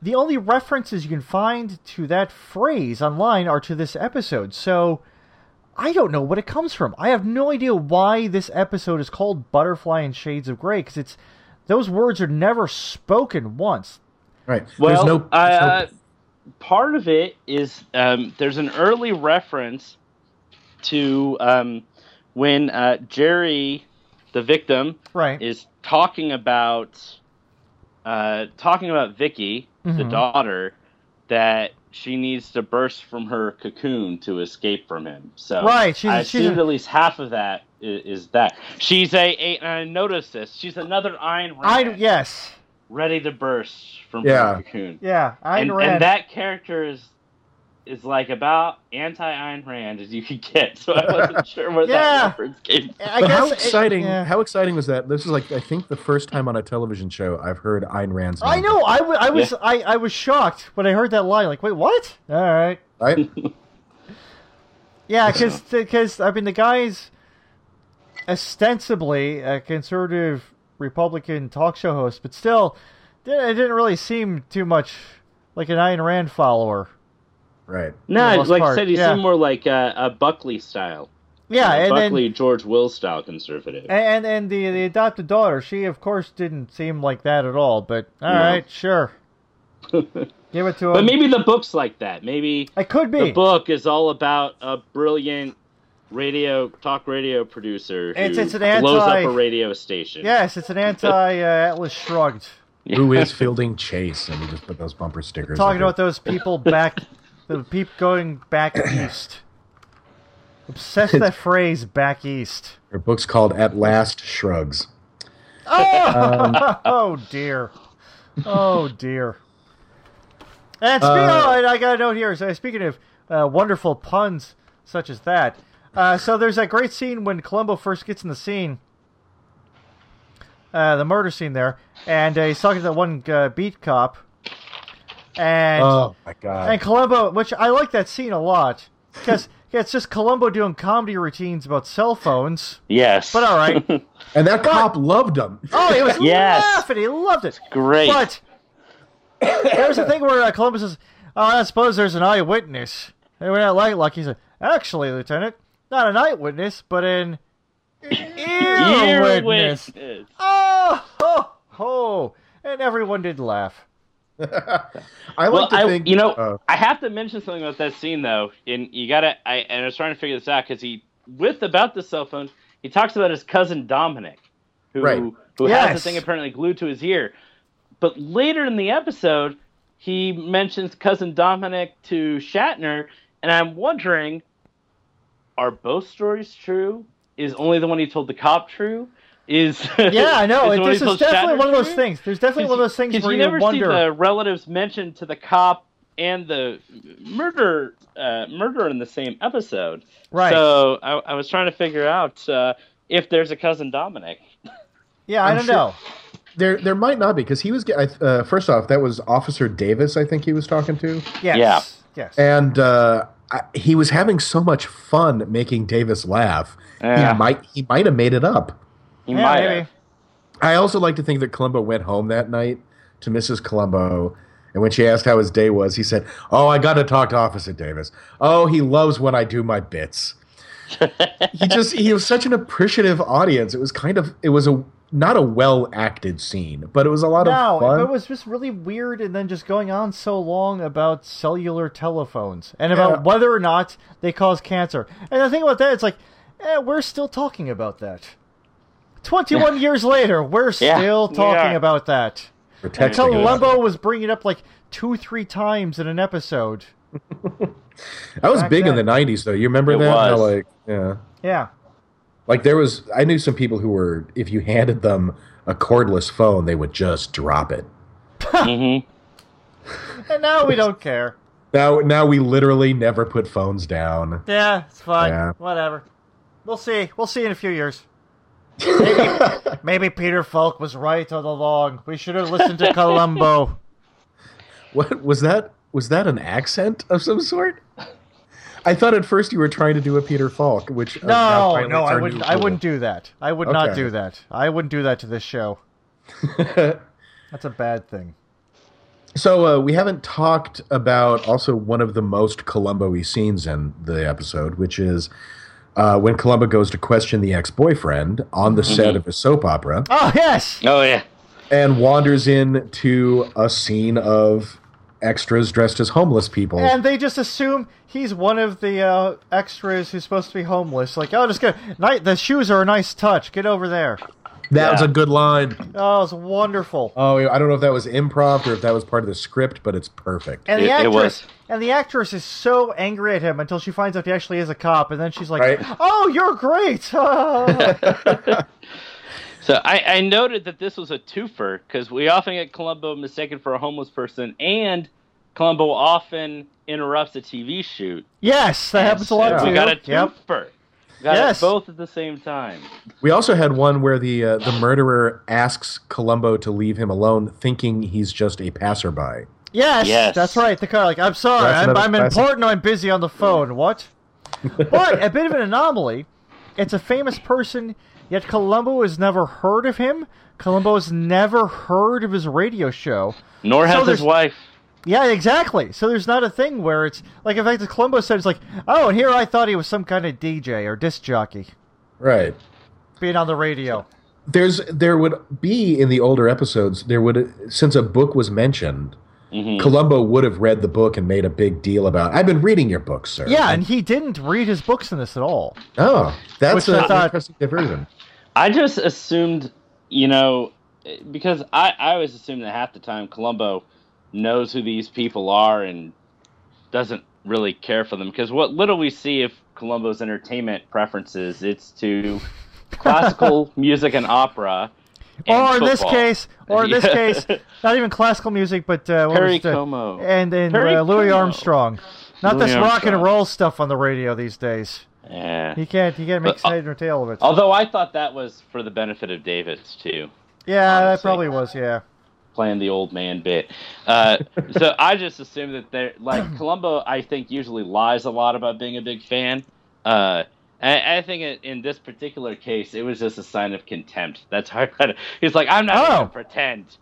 the only references you can find to that phrase online are to this episode. So I don't know what it comes from. I have no idea why this episode is called Butterfly and Shades of Grey because it's those words are never spoken once.
right.
Well,
there's no, there's no-
uh, part of it is um, there's an early reference to um, when uh, Jerry, the victim,
Right.
is talking about uh, talking about Vicky, the
Mhm.
daughter, that she needs to burst from her cocoon to escape from him. So
Right, she's-
I
she's-
assumed at least half of that i- is, that she's a, a and I noticed this. She's another Ayn Rand,
I yes.
ready to burst from
Yeah.
her cocoon.
Yeah, I
and,
read.
and that character is is like about anti Ayn Rand as you could get. So I wasn't sure where
Yeah.
that reference came. from.
I
but
guess
how
it-
exciting!
yeah.
How exciting was that? This is like I think the first time on a television show I've heard Ayn Rand's.
I
name.
know. I, w- I was I, I was shocked when I heard that line. Like, wait, what? All right.
Right?
Yeah, because I mean the guy's ostensibly a conservative Republican talk show host, but still, di- it didn't really seem too much like an Ayn Rand follower.
Right.
No,
the
it's
most
like
part,
I said, he
yeah.
seemed more like uh, a Buckley style.
Yeah,
a
and
Buckley George Will style conservative.
then and and the the adopted daughter, she of course didn't seem like that at all. But all right,
No.
sure, give it to him.
but maybe the book's like that. Maybe
it could
the
be.
book is all about a brilliant radio talk radio producer who
It's- it's an
blows
anti-
up a radio station.
Yes, it's an anti uh, Atlas Shrugged.
Who is fielding Chase? And we just put those bumper stickers.
Talking
up
about those people back, the people going back east. Obsessed with that phrase, back east.
Her book's called At Last Shrugs. Um,
Oh, oh dear. Oh dear. And speaking
Uh,
of, I got a note here. So speaking of uh, wonderful puns such as that, uh, so there's that great scene when Columbo first gets in the scene, uh, the murder scene there, and uh, he's talking to that one uh, beat cop, and
Oh my god!
and Columbo, which I like that scene a lot because it's just Columbo doing comedy routines about cell phones.
Yes.
But all right.
And that cop loved him.
Oh, he was
Yes.
laughing. He loved it.
Great.
But there was a thing where uh, Columbus says, oh, I suppose there's an eyewitness. They were not like lucky. He said, actually, Lieutenant, not an eyewitness, but an ear
Ear
witness.
witness.
Oh, ho, ho. And everyone did laugh.
I like
Well,
to
I,
think
you know,
uh,
I have to mention something about that scene though, and you gotta. I and I was trying to figure this out because he, with about the cell phone, he talks about his cousin Dominic, who
Right.
who who has
Yes.
the thing apparently glued to his ear. But later in the episode, he mentions cousin Dominic to Shatner, and I'm wondering, are both stories true? Is only the one he told the cop true? Is
Yeah, I know.
the
It-
one he
this is
told
definitely
Shatner
one of those
true?
things. There's definitely one of those things
Because
where
you
you,
never
wonder.
see the relatives mentioned to the cop and the murder uh, murder in the same episode.
Right.
So I, I was trying to figure out uh, if there's a cousin Dominic.
yeah, I
Oh,
I'm
don't
sure-
know.
There, there might not be because he was. ge- I- Uh, first off, that was Officer Davis. I think he was talking to,
Yes. Yes.
and uh, I, he was having so much fun making Davis laugh.
Yeah.
He might, he might have made it up.
He
yeah,
might have.
maybe.
I also like to think that Columbo went home that night to Mrs. Columbo, and when she asked how his day was, he said, "Oh, I got to talk to Officer Davis. Oh, he loves when I do my bits." he just he was such an appreciative audience. It was kind of it was a not a well acted scene, but it was a lot
No,
of fun.
it was just really weird, and then just going on so long about cellular telephones and about
Yeah.
whether or not they cause cancer. And the thing about that, it's like, eh, we're still talking about that. Twenty-one years later, we're
Yeah,
still
we
talking
are.
about that.
We're texting about it.
Columbo was bringing it up like two, three times in an episode.
That was
back
big in the
then.
'90s, though. You remember
It
that? How,
was.
like, yeah,
Yeah.
like there was. I knew some people who were. If you handed them a cordless phone, they would just drop it.
Mhm.
And now we don't care.
Now, now we literally never put phones down.
Yeah, it's fine.
Yeah.
Whatever. We'll see. We'll see in a few years. Maybe, maybe Peter Falk was right all along. We should have listened to Columbo.
What was that? Was that an accent of some sort? I thought at first you were trying to do a Peter Falk, which uh, now
No,
finally
no,
it's
I
our
wouldn't.
new
I
rule.
wouldn't do that. I would not
Okay.
do that. I wouldn't do that to this show. That's a bad thing.
So uh, we haven't talked about also one of the most Columbo-y scenes in the episode, which is uh, when Columbo goes to question the ex-boyfriend on the set of his soap opera
Oh yes,
Oh yeah.
and wanders into a scene of extras dressed as homeless people.
and they just assume he's one of the uh, extras who's supposed to be homeless. Like, oh, just go. Ni- the shoes are a nice touch. Get over there.
that was
Yeah.
a good line.
Oh, it's wonderful.
Oh, I don't know if that was improv or if that was part of the script, but it's perfect.
And
It-
the
it
actress,
was.
and the actress is so angry at him until she finds out he actually is a cop, and then she's like,
Right.
"Oh, you're great."
So I, I noted that this was a twofer because we often get Columbo mistaken for a homeless person, and Columbo often interrupts a TV shoot.
yes, that happens a lot
So
too.
We got a
Yep.
twofer. Got
Yes.
it both at the same time.
We also had one where the uh, the murderer asks Columbo to leave him alone, thinking he's just a passerby.
Yes,
Yes.
that's right. The car, like, I'm sorry,
That's
I'm,
another
I'm
classic.
important. I'm busy on the phone. What? but a bit of an anomaly. It's a famous person, yet Columbo has never heard of him. Columbo has never heard of his radio show.
Nor
So
has
there's-
his wife.
Yeah, exactly. So there's not a thing where it's like, in fact, the Columbo said it's like, oh, and here I thought he was some kind of DJ or disc jockey
Right.
being on the radio.
There's there would be in the older episodes there would since a book was mentioned,
Mm-hmm. Mm.
Columbo would have read the book and made a big deal about. I've been reading your book, sir.
Yeah, and he didn't read his books in this at all.
Oh,
Which
that's
I
a, an
thought-
interesting diversion.
I just assumed, you know, because I, I always assumed that half the time Columbo knows who these people are and doesn't really care for them. Because what little we see of Columbo's entertainment preferences, it's to classical music and opera. and
or in this
football.
case, or in this
Yeah.
case, not even classical music, but uh, what
Perry
was the-
Como.
and and
Perry
uh, Louis
Como.
Armstrong. Not
Louis
this rock and
Armstrong.
roll stuff on the radio these days.
Yeah.
He can't he can't make
But, uh,
head or tail of it.
Although I thought that was for the benefit of Davis too,
yeah, that
honestly.
probably was. Yeah,
playing the old man bit. Uh, so I just assumed that they're like Columbo. I think usually lies a lot about being a big fan. Uh, I, I think in- in this particular case, it was just a sign of contempt. That's how I read it. He's like, I'm not
Oh.
gonna pretend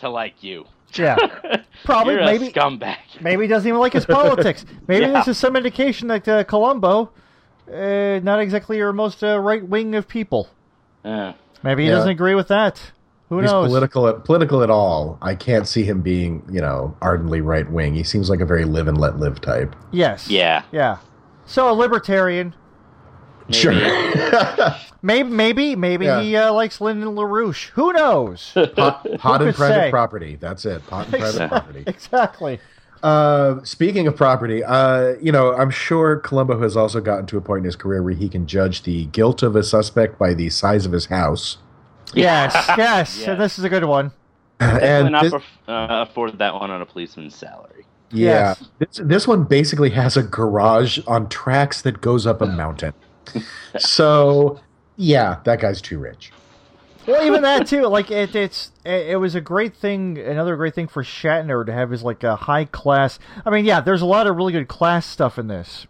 to like you.
yeah. Probably,
You're
maybe,
a scumbag.
maybe he doesn't even like his politics. Maybe
Yeah.
this is some indication that uh, Columbo, uh, not exactly your most uh, right wing of people.
Yeah.
Maybe he
Yeah.
doesn't agree with that. Who
He's
knows?
political political at all. I can't see him being you know ardently right wing. He seems like a very live and let live type.
yes.
yeah.
Yeah. So a libertarian.
Maybe.
Sure.
Maybe, maybe, maybe
Yeah.
he uh, likes Lyndon LaRouche. Who knows?
Hot, hot and
could
private
say?
property. That's it. Hot and private property.
exactly.
Uh, speaking of property, uh, you know, I'm sure Columbo has also gotten to a point in his career where he can judge the guilt of a suspect by the size of his house.
Yes, yes,
Yeah.
And this is a good one.
Definitely
and
not
this,
aff- uh, afford that one on a policeman's salary.
yeah,
Yes.
this, this one basically has a garage on tracks that goes up a mountain. so, yeah, that guy's too rich.
Well, even that too. Like it, it's it, it was a great thing. Another great thing for Shatner to have is like a high class. I mean, yeah, there's a lot of really good class stuff in this.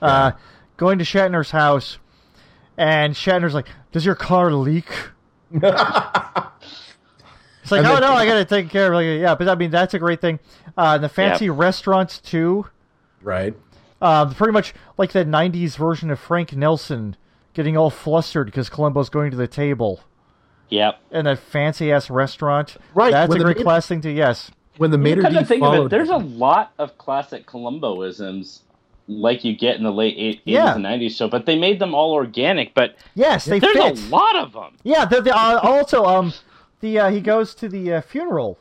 Uh, going to Shatner's house, and Shatner's like, "Does your car leak?" It's like,
And
oh
then-
no, I gotta take care of it. Yeah, but I mean, that's a great thing. Uh, the fancy restaurants too.
Right.
Um, pretty much like the '90s version of Frank Nelson getting all flustered because Columbo's going to the table
Yep.
in that fancy ass restaurant.
Right,
that's a
with the
great
maid-
class thing to yes.
When the
You
Mater
come
D
to think of
followed,
it, there's a lot of classic Columboisms like you get in the late eight- 80s
Yeah.
and 90s show, but they made them all organic, but
Yes, they
there's
fit.
a lot of them.
Yeah, the, the, uh, also um, the uh, he goes to the uh, funeral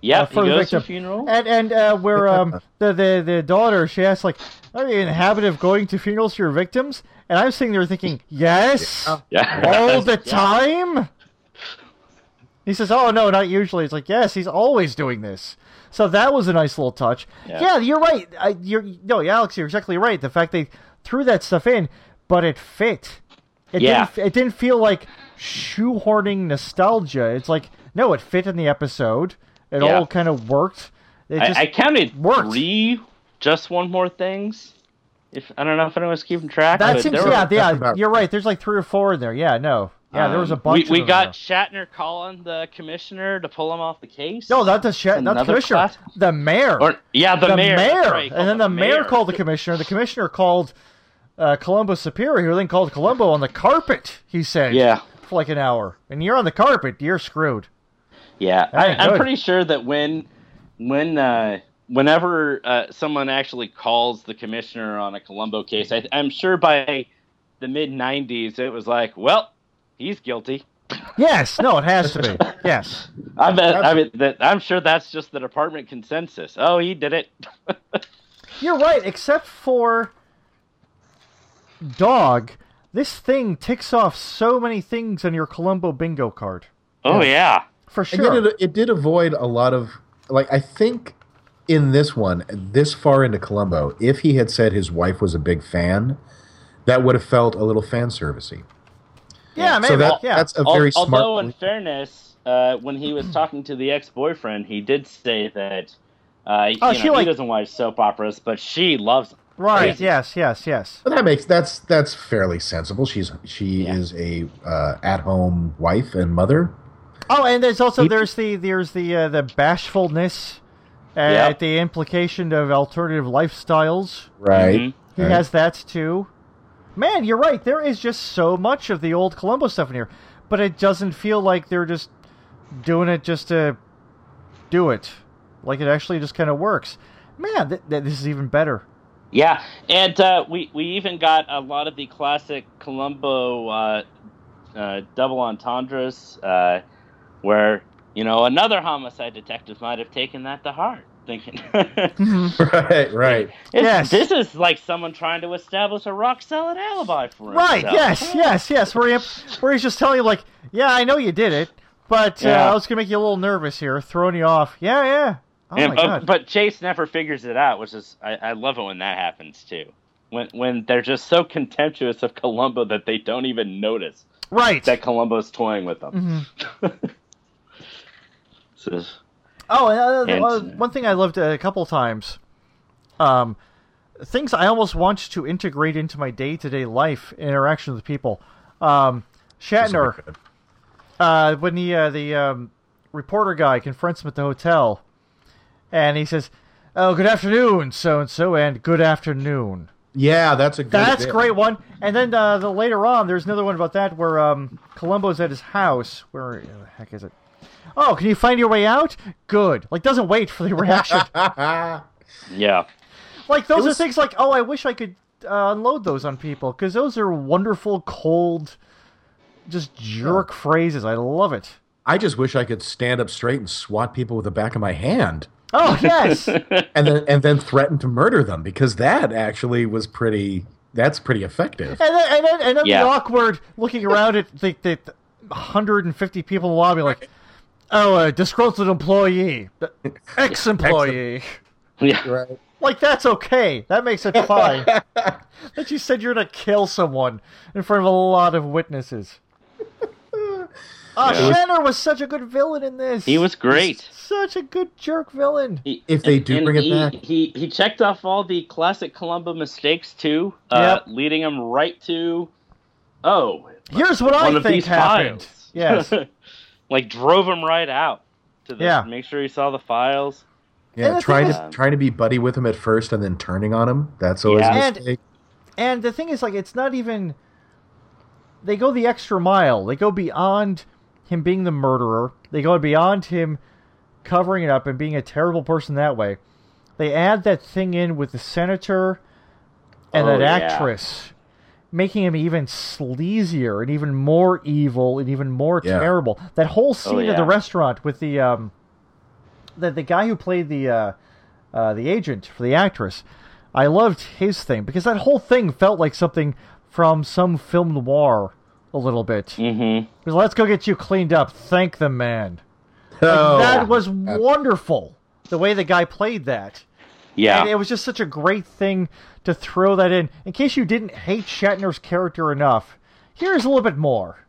Yeah,
Uh,
he
for the
goes to
victim.
the funeral.
and and uh, where um the, the the daughter she asks like, are you in the habit of going to funerals for your victims? And I'm sitting there thinking, yes.
yeah.
all the time? He says, "Oh no, not usually." It's like, yes, he's always doing this. So that was a nice little touch. Yeah,
Yeah.
you're right. I, you're no, Alex, you're exactly right. The fact they threw that stuff in, but it fit. It
Yeah.
didn't, it didn't feel like shoehorning nostalgia. It's like no, it fit in the episode. It
Yeah.
all kind of worked. It
I,
just
I counted
worked.
three just one more things. If I don't know if anyone's keeping track,
that
but
seems
there were-
yeah, yeah.
that's about-
You're right. There's like three or four in there. Yeah, no, yeah. there was a
um,
bunch.
We, we
of them
got
there.
Shatner calling the commissioner to pull him off the case.
No, not the sh- not the
Another
commissioner,
class-
the mayor.
or yeah, the,
the mayor,
mayor, that's right, he
and
called
then the mayor. called the commissioner. The commissioner called uh, Columbo Superior, who then called Columbo on the carpet. He said,
Yeah,
for like an hour, and you're on the carpet, you're screwed."
yeah.
Alright,
I, I'm
good.
pretty sure that when, when, uh, whenever uh, someone actually calls the commissioner on a Columbo case, I, I'm sure by the mid '90s it was like, well, he's guilty.
Yes, no, it has to be. Yes,
I bet. I
Absolutely.
mean, that, I'm sure that's just the department consensus. Oh, he did it.
you're right, except for dog. This thing ticks off so many things on your Columbo bingo card
Oh yeah.
for
And yet
sure.
it, it did avoid a lot of like I think in this one, this far into Columbo, if he had said his wife was a big fan, that would have felt a little fan servicey.
yeah, maybe.
So that,
yeah,
that's a
Al-
very
although, in
smart.
fairness, uh, when he was talking to the ex-boyfriend, he did say that uh,
Oh,
you
she
know,
like-
he doesn't watch soap operas, but she loves them.
right.
crazy.
Yes, yes, yes.
But that makes that's that's fairly sensible. She's she
Yeah.
is a uh, at home wife and mother.
Oh, and there's also
He-
there's the there's the uh, the bashfulness and
Yeah.
the implication of alternative lifestyles.
Right.
Mhm.
He
Right.
has that too. Man, you're right. There is just so much of the old Columbo stuff in here, but it doesn't feel like they're just doing it just to do it. Like it actually just kind of works. Man, th- th- this is even better.
Yeah, and uh, we we even got a lot of the classic Columbo uh, uh, double entendres, uh, where you know another homicide detective might have taken that to heart, thinking.
Mm-hmm.
Right, right.
It's-
Yes.
This is like someone trying to establish a rock solid alibi for himself.
Right? Yes, yes, yes. Where, he, where he's just telling you, like, yeah, I know you did it, but uh,
Yeah.
I was gonna make you a little nervous here, throwing you off. Yeah, yeah. Oh
And- uh,
my
but,
god.
but Chase never figures it out, which is I, I love it when that happens too. When when they're just so contemptuous of Columbo that they don't even notice
Right.
that Columbo's toying with them.
Mhm.
So-
Oh, and, uh, the-
And-
uh, one thing I loved uh, a couple times, um, things I almost want to integrate into my day to day life interaction with people. Um, Shatner, uh, when the uh, the um, reporter guy confronts him at the hotel, and he says, "Oh, good afternoon, so and so, and good afternoon."
Yeah, that's a good
That's
bit.
great one. And then uh, the later on, there's another one about that where um, Columbo's at his house. Where uh, the heck is it? Oh, can you find your way out? Good. Like doesn't wait for the reaction.
yeah.
like those
was-
are things like, oh, I wish I could uh, unload those on people because those are wonderful, cold, just jerk phrases. I love it.
I just wish I could stand up straight and swat people with the back of my hand,
Oh yes,
and then and then threaten to murder them because that actually was pretty. That's pretty effective.
And then, and then, and then
Yeah.
the awkward looking around at the, the, the 150 people in the lobby, like, oh, a disgruntled employee, ex employee.
yeah.
Right.
like, that's okay. That makes it fine. that you said you're going to kill someone in front of a lot of witnesses. Ah,
Yeah. It was-
Shanner was such a good villain in this.
He was great.
Such a good jerk villain.
He-
If they do bring it
he,
back.
he he checked off all the classic Columbo mistakes too, uh, leading him right to oh
Here's what
one
I
of
think
these
happened.
files.
Yes.
like drove him right out to the,
Yeah.
make sure he saw the files.
And
Yeah,
the
trying
thing
to
is-
trying to be buddy with him at first and then turning on him. That's always
Yeah.
a
And-
mistake.
And the thing is, like, it's not even. They go the extra mile. They go beyond him being the murderer. They go beyond him covering it up and being a terrible person that way. They add that thing in with the senator and
Oh,
that
yeah.
actress, making him even sleazier and even more evil and even more
Yeah.
terrible. That
Oh,
whole scene at the
yeah.
restaurant with the um, the the guy who played the uh, uh, the agent for the actress. I loved his thing because that whole thing felt like something from some film noir a little bit.
Mm-hmm.
It was, Let's go get you cleaned up. Thank the man.
Oh,
that was wonderful. The way the guy played that.
Yeah,
And it was just such a great thing to throw that in. In case you didn't hate Shatner's character enough, here's a little bit more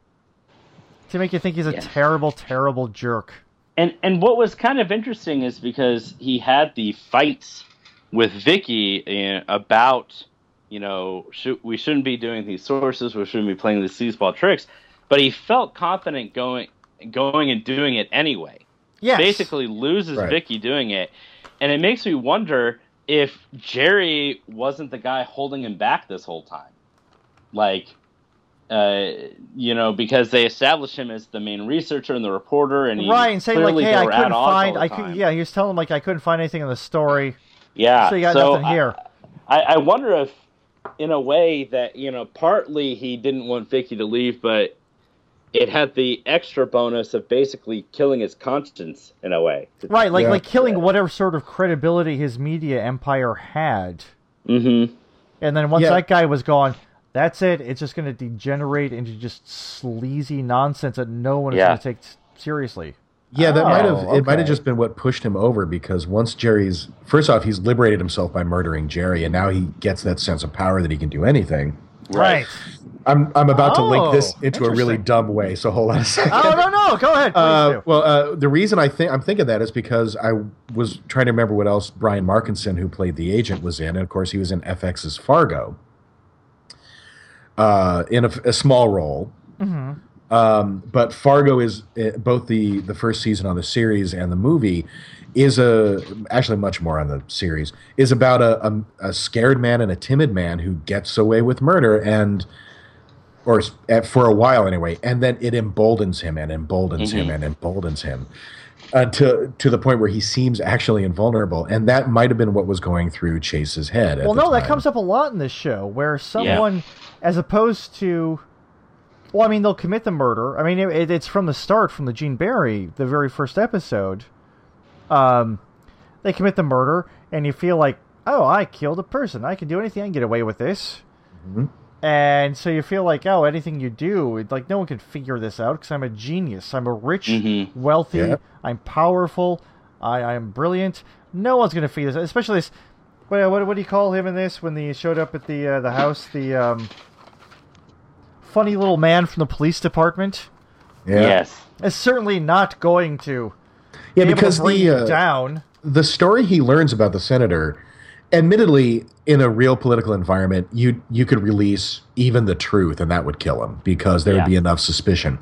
to make you think he's a
Yeah.
terrible, terrible jerk.
and and what was kind of interesting is because he had the fights with Vicky eh, about you know should, we shouldn't be doing these sources, we shouldn't be playing these sleazeball tricks, but he felt confident going going and doing it anyway.
Yes.
basically loses
Right.
Vicky doing it. And it makes me wonder if Jerry wasn't the guy holding him back this whole time. Like, uh, you know, because they established him as the main researcher and the reporter, and he
Right, and say like,
clearly
"Hey,
they
I
were at
couldn't
odds all
find,
the
I could,
time.
yeah." He was telling him like, "I couldn't find anything in the story,
yeah.
so you got nothing
I-
here."
I, I wonder if, in a way, that you know, partly he didn't want Vicky to leave, but it had the extra bonus of basically killing his conscience in a way.
Right, like
Yeah.
like killing whatever sort of credibility his media empire had,
Mm-hmm.
and then once
Yeah.
that guy was gone, that's it. It's just going to degenerate into just sleazy nonsense that no one is
Yeah.
going to take s- seriously.
Yeah, that
Oh,
might have it might
okay.
have just been what pushed him over because once Jerry's first off, he's liberated himself by murdering Jerry, and now he gets that sense of power that he can do anything. I'm I'm about to
Oh,
link this into a really
interesting.
dumb way, so hold on a second.
oh no no, go ahead. Please
Uh,
do.
well, uh, the reason I think I'm thinking that is because I was trying to remember what else Brian Markinson, who played the agent, was in, and of course he was in FX's Fargo, uh, in a, a small role.
Mhm.
Um, but Fargo is uh, both the the first season on the series and the movie is a actually much more on the series is about a, a, a scared man and a timid man who gets away with murder and or s- at- for a while anyway and then it emboldens him and emboldens him and emboldens him uh, to to the point where he seems actually invulnerable and that might have been what was going through Chase's head at
Well,
the
no, that
time.
comes up a lot in this show where someone, as opposed to, well, I mean, they'll commit the murder. I mean, it, it's from the start, from the Gene Barry, the very first episode. Um, they commit the murder, and you feel like, oh, I killed a person. I can do anything. I can get away with this.
Mhm.
And so you feel like, oh, anything you do, it- like no one can figure this out because I'm a genius. I'm a rich,
Mm-hmm.
Mhm.
wealthy.
Yeah.
I'm powerful. I, I'm brilliant. No one's gonna figure this. out. Especially this. What, what, what do you call him in this? When he showed up at the uh, the house, the um, funny little man from the police department
yeah
Yes.
is certainly not going to
yeah
be able to
because
bring
the
him
uh,
down.
the story he learns about the senator, admittedly, in a real political environment, you you could release even the truth, and that would kill him because there
Yeah.
would be enough suspicion.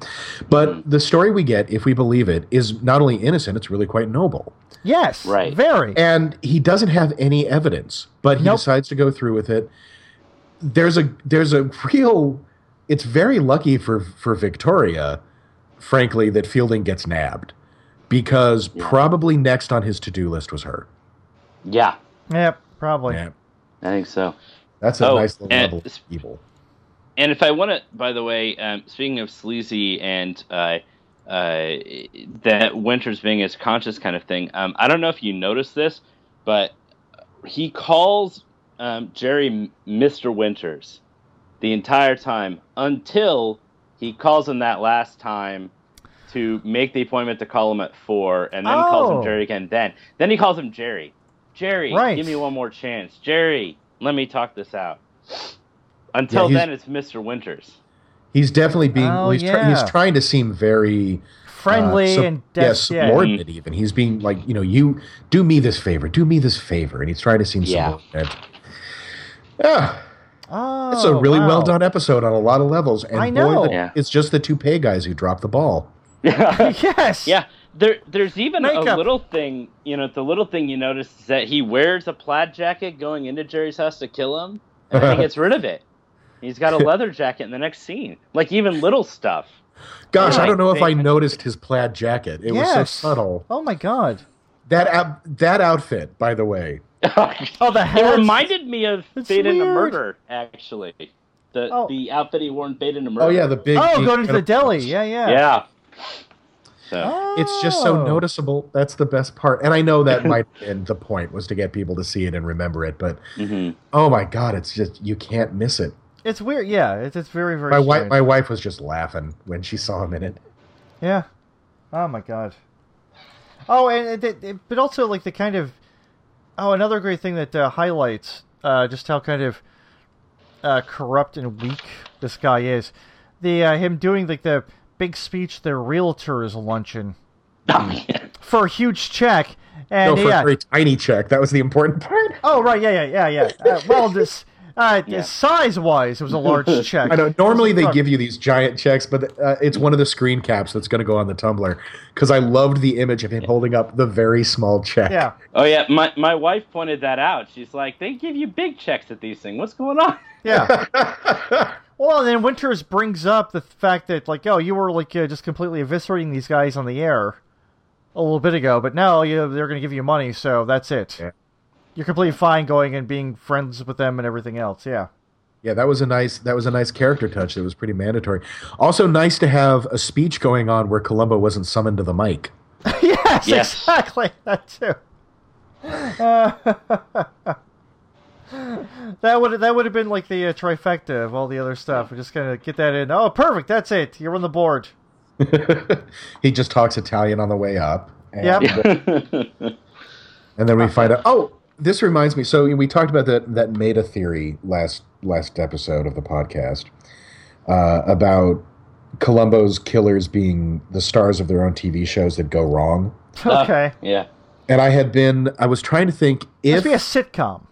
But the story we get, if we believe it, is not only innocent; it's really quite noble.
Yes,
Right.
Very.
And he doesn't have any evidence, but he
Nope.
decides to go through with it. There's a there's a real. It's very lucky for for Victoria, frankly, that Fielding gets nabbed, because probably next on his to do list was her.
Yeah.
yep. Probably.
Yeah.
I think so.
That's a
Oh,
nice little
and-
level of evil.
And if I want to, by the way, um, speaking of sleazy and uh, uh, that Winters being his conscious kind of thing, um, I don't know if you noticed this, but he calls um, Jerry Mr. Winters the entire time until he calls him that last time to make the appointment to call him at four, and then calls
Oh.
him Jerry again. Then, then he calls him Jerry. Jerry,
Right.
give me one more chance. Jerry, let me talk this out. Until
he's-
then, it's Mr. Winters.
He's definitely being.
Oh,
well, he's, try-
yeah.
he's trying to seem very
Friendly
uh, sub-
and
yeah,
def- yeah,
subordinate. Even he's being like, you know, you do me this favor, do me this favor, and he's trying to seem
Yeah.
subordinate. Yeah,
Oh,
it's a really
wow.
well done episode on a lot of levels, and
I
boy,
know.
the-
Yeah.
it's just the two pay guys who drop the ball.
yeah,
yes.
there, there's even a
Makeup.
little thing, you know, the little thing you notice is that he wears a plaid jacket going into Jerry's house to kill him, and then he gets rid of it. He's got a leather jacket in the next scene. Like, even little stuff.
Gosh,
Yeah,
I don't know if I
they-
noticed his plaid jacket. It was so
Yes.
subtle.
Oh my god.
That out- that outfit, by the way,
Oh, the
It
hat.
reminded me of
It's
Fate into
weird.
Murder, actually. The
Oh.
the outfit he wore in Fate into Murder.
Oh yeah, the big.
Oh,
big-
going to the deli. Yeah, yeah.
Yeah. So,
Oh.
It's just so noticeable. That's the best part. And I know that might have been the point was to get people to see it and remember it, but
mhm.
oh my god, it's just you can't miss it.
It's weird. Yeah, it's, it's very very.
My wife
strange.
my wife was just laughing when she saw him in it.
Yeah. Oh my god. Oh, and it, it, but also like the kind of oh another great thing that uh, highlights uh, just how kind of uh, corrupt and weak this guy is. The uh, him doing like the big speech, the realtors luncheon for a huge check, and
no, for
yeah.
a very tiny check. That was the important part.
Oh right, yeah, yeah, yeah, yeah. Uh, well, this uh,
Yeah.
size wise, it was a large check.
I know. Normally they
Fuck.
give you these giant checks, but uh, it's one of the screen caps that's going to go on the Tumblr because I loved the image of him holding up the very small check.
Yeah.
Oh yeah, my my wife pointed that out. She's like, they give you big checks at these things. What's going on?
Yeah. well, and then Winters brings up the fact that, like, oh, you were like uh, just completely eviscerating these guys on the air a little bit ago, but now you, they're going to give you money, so that's it.
Yeah.
You're completely fine going and being friends with them and everything else. Yeah.
Yeah, that was a nice that was a nice character touch that was pretty mandatory. Also nice to have a speech going on where Columbo wasn't summoned to the mic.
yes,
Yes.
exactly that too. Uh, that would that would have been like the uh, trifecta of all the other stuff. We're just gonna get that in. Oh, perfect. That's it. You're on the board.
he just talks Italian on the way up. And,
Yep.
and then we find out oh, this reminds me. So we talked about that that meta theory last last episode of the podcast uh, about Columbo's killers being the stars of their own TV shows that go wrong.
Uh,
Okay.
yeah.
And I had been I was trying to think
This
if
would be a sitcom.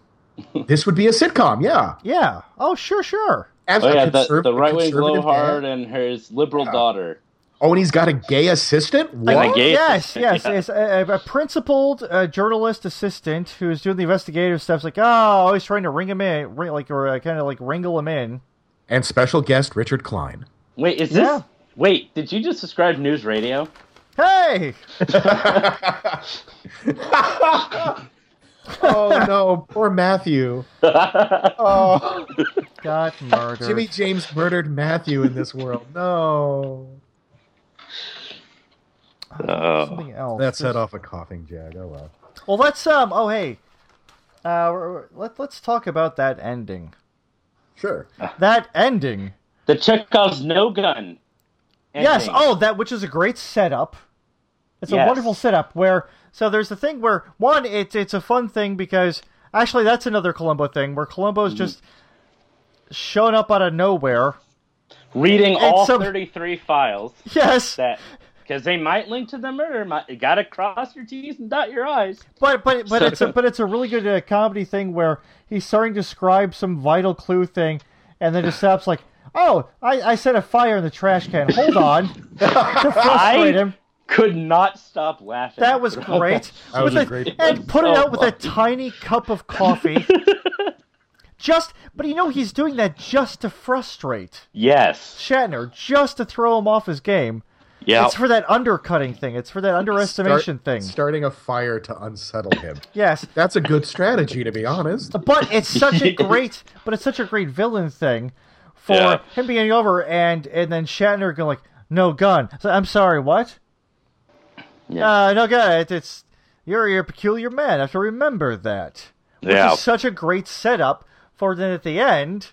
this would be a sitcom, yeah.
Yeah. Oh, sure, sure.
As
Oh
a
yeah, the,
conserv-
the
a
right wing
conservative
blowhard
dad.
and his liberal
Yeah.
daughter.
Oh, and he's got a gay assistant. What?
Like a gay
Yes,
assistant,
yes.
yeah.
It's a, a principled uh, journalist assistant who's doing the investigative stuff. It's like, oh, he's trying to ring him in, ring, like, or uh, kind of like wrangle him in.
and special guest Richard Klein.
Wait, is this?
Yeah.
Wait, did you just describe news radio?
Hey,
oh no, poor Matthew. Oh,
got murdered.
Jimmy James murdered Matthew in this world. No,
Oh.
Something else.
that set off a coughing jag. Oh well.
Well, let's um. Oh, hey. Uh, we're- we're- let let's talk about that ending.
Sure.
That ending.
The Chekhov's no gun.
Yes.
ending.
Oh, that which is a great setup. It's a
Yes.
wonderful setup where so there's the thing where one it's it's a fun thing because actually that's another Columbo thing where
Mm-hmm.
Columbo's just shown up out of nowhere.
Reading all
some-
33 files
Yes.
that because they might link to the murder. Might, you gotta cross your T's and dot your I's.
But but but
So-
it's a, but it's a really good uh, comedy thing where he's starting to describe some vital clue thing, and then just stops like, "Oh, I, I set a fire in the trash can. Hold on." to frustrate him.
Could not stop laughing.
That was great.
Oh, That was
With
a
a-
great-
And put it
So
out with a tiny cup of coffee. just, but you know he's doing that just to frustrate
Yes.
Shatner, just to throw him off his game.
Yeah.
It's for that undercutting thing. It's for that underestimation
Start-
thing.
Starting a fire to unsettle him.
Yes.
That's a good strategy, to be honest.
But it's such a great, but it's such a great villain thing for
Yeah.
him being over and and then Shatner going like, no gun. So, I'm sorry, what?
Yeah.
Uh, no gun. It, it's you're you're a peculiar man. I have to remember that. Which
Yeah.
is such a great setup for then at the end,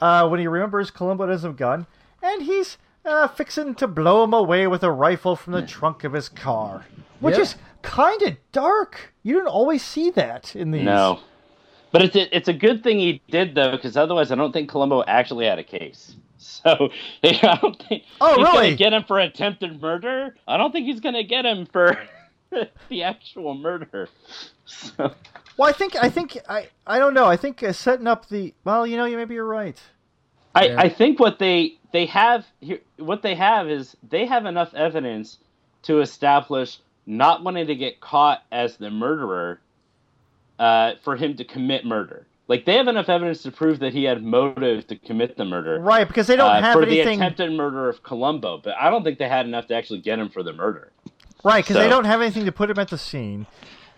uh, when he remembers Columbo doesn't have a gun and he's uh, fixing to blow him away with a rifle from the trunk of his car, which
Yeah.
is kind of dark. You don't always see that in these.
No. But it's a, it's a good thing he did though, because otherwise I don't think Columbo actually had a case. So I don't think
Oh,
he's
really?
gonna get him for attempted murder. I don't think he's gonna get him for the actual murder. So
Well, I think I think I I don't know. I think uh, setting up the well, you know, you maybe you're right.
I,
Yeah.
I think what they they have here what they have is they have enough evidence to establish not wanting to get caught as the murderer uh, for him to commit murder. Like they have enough evidence to prove that he had motive to commit the murder.
Right, because they don't
uh,
have
for
anything
the attempted murder of Columbo, but I don't think they had enough to actually get him for the murder.
right because they
so-
don't have anything to put him at the scene.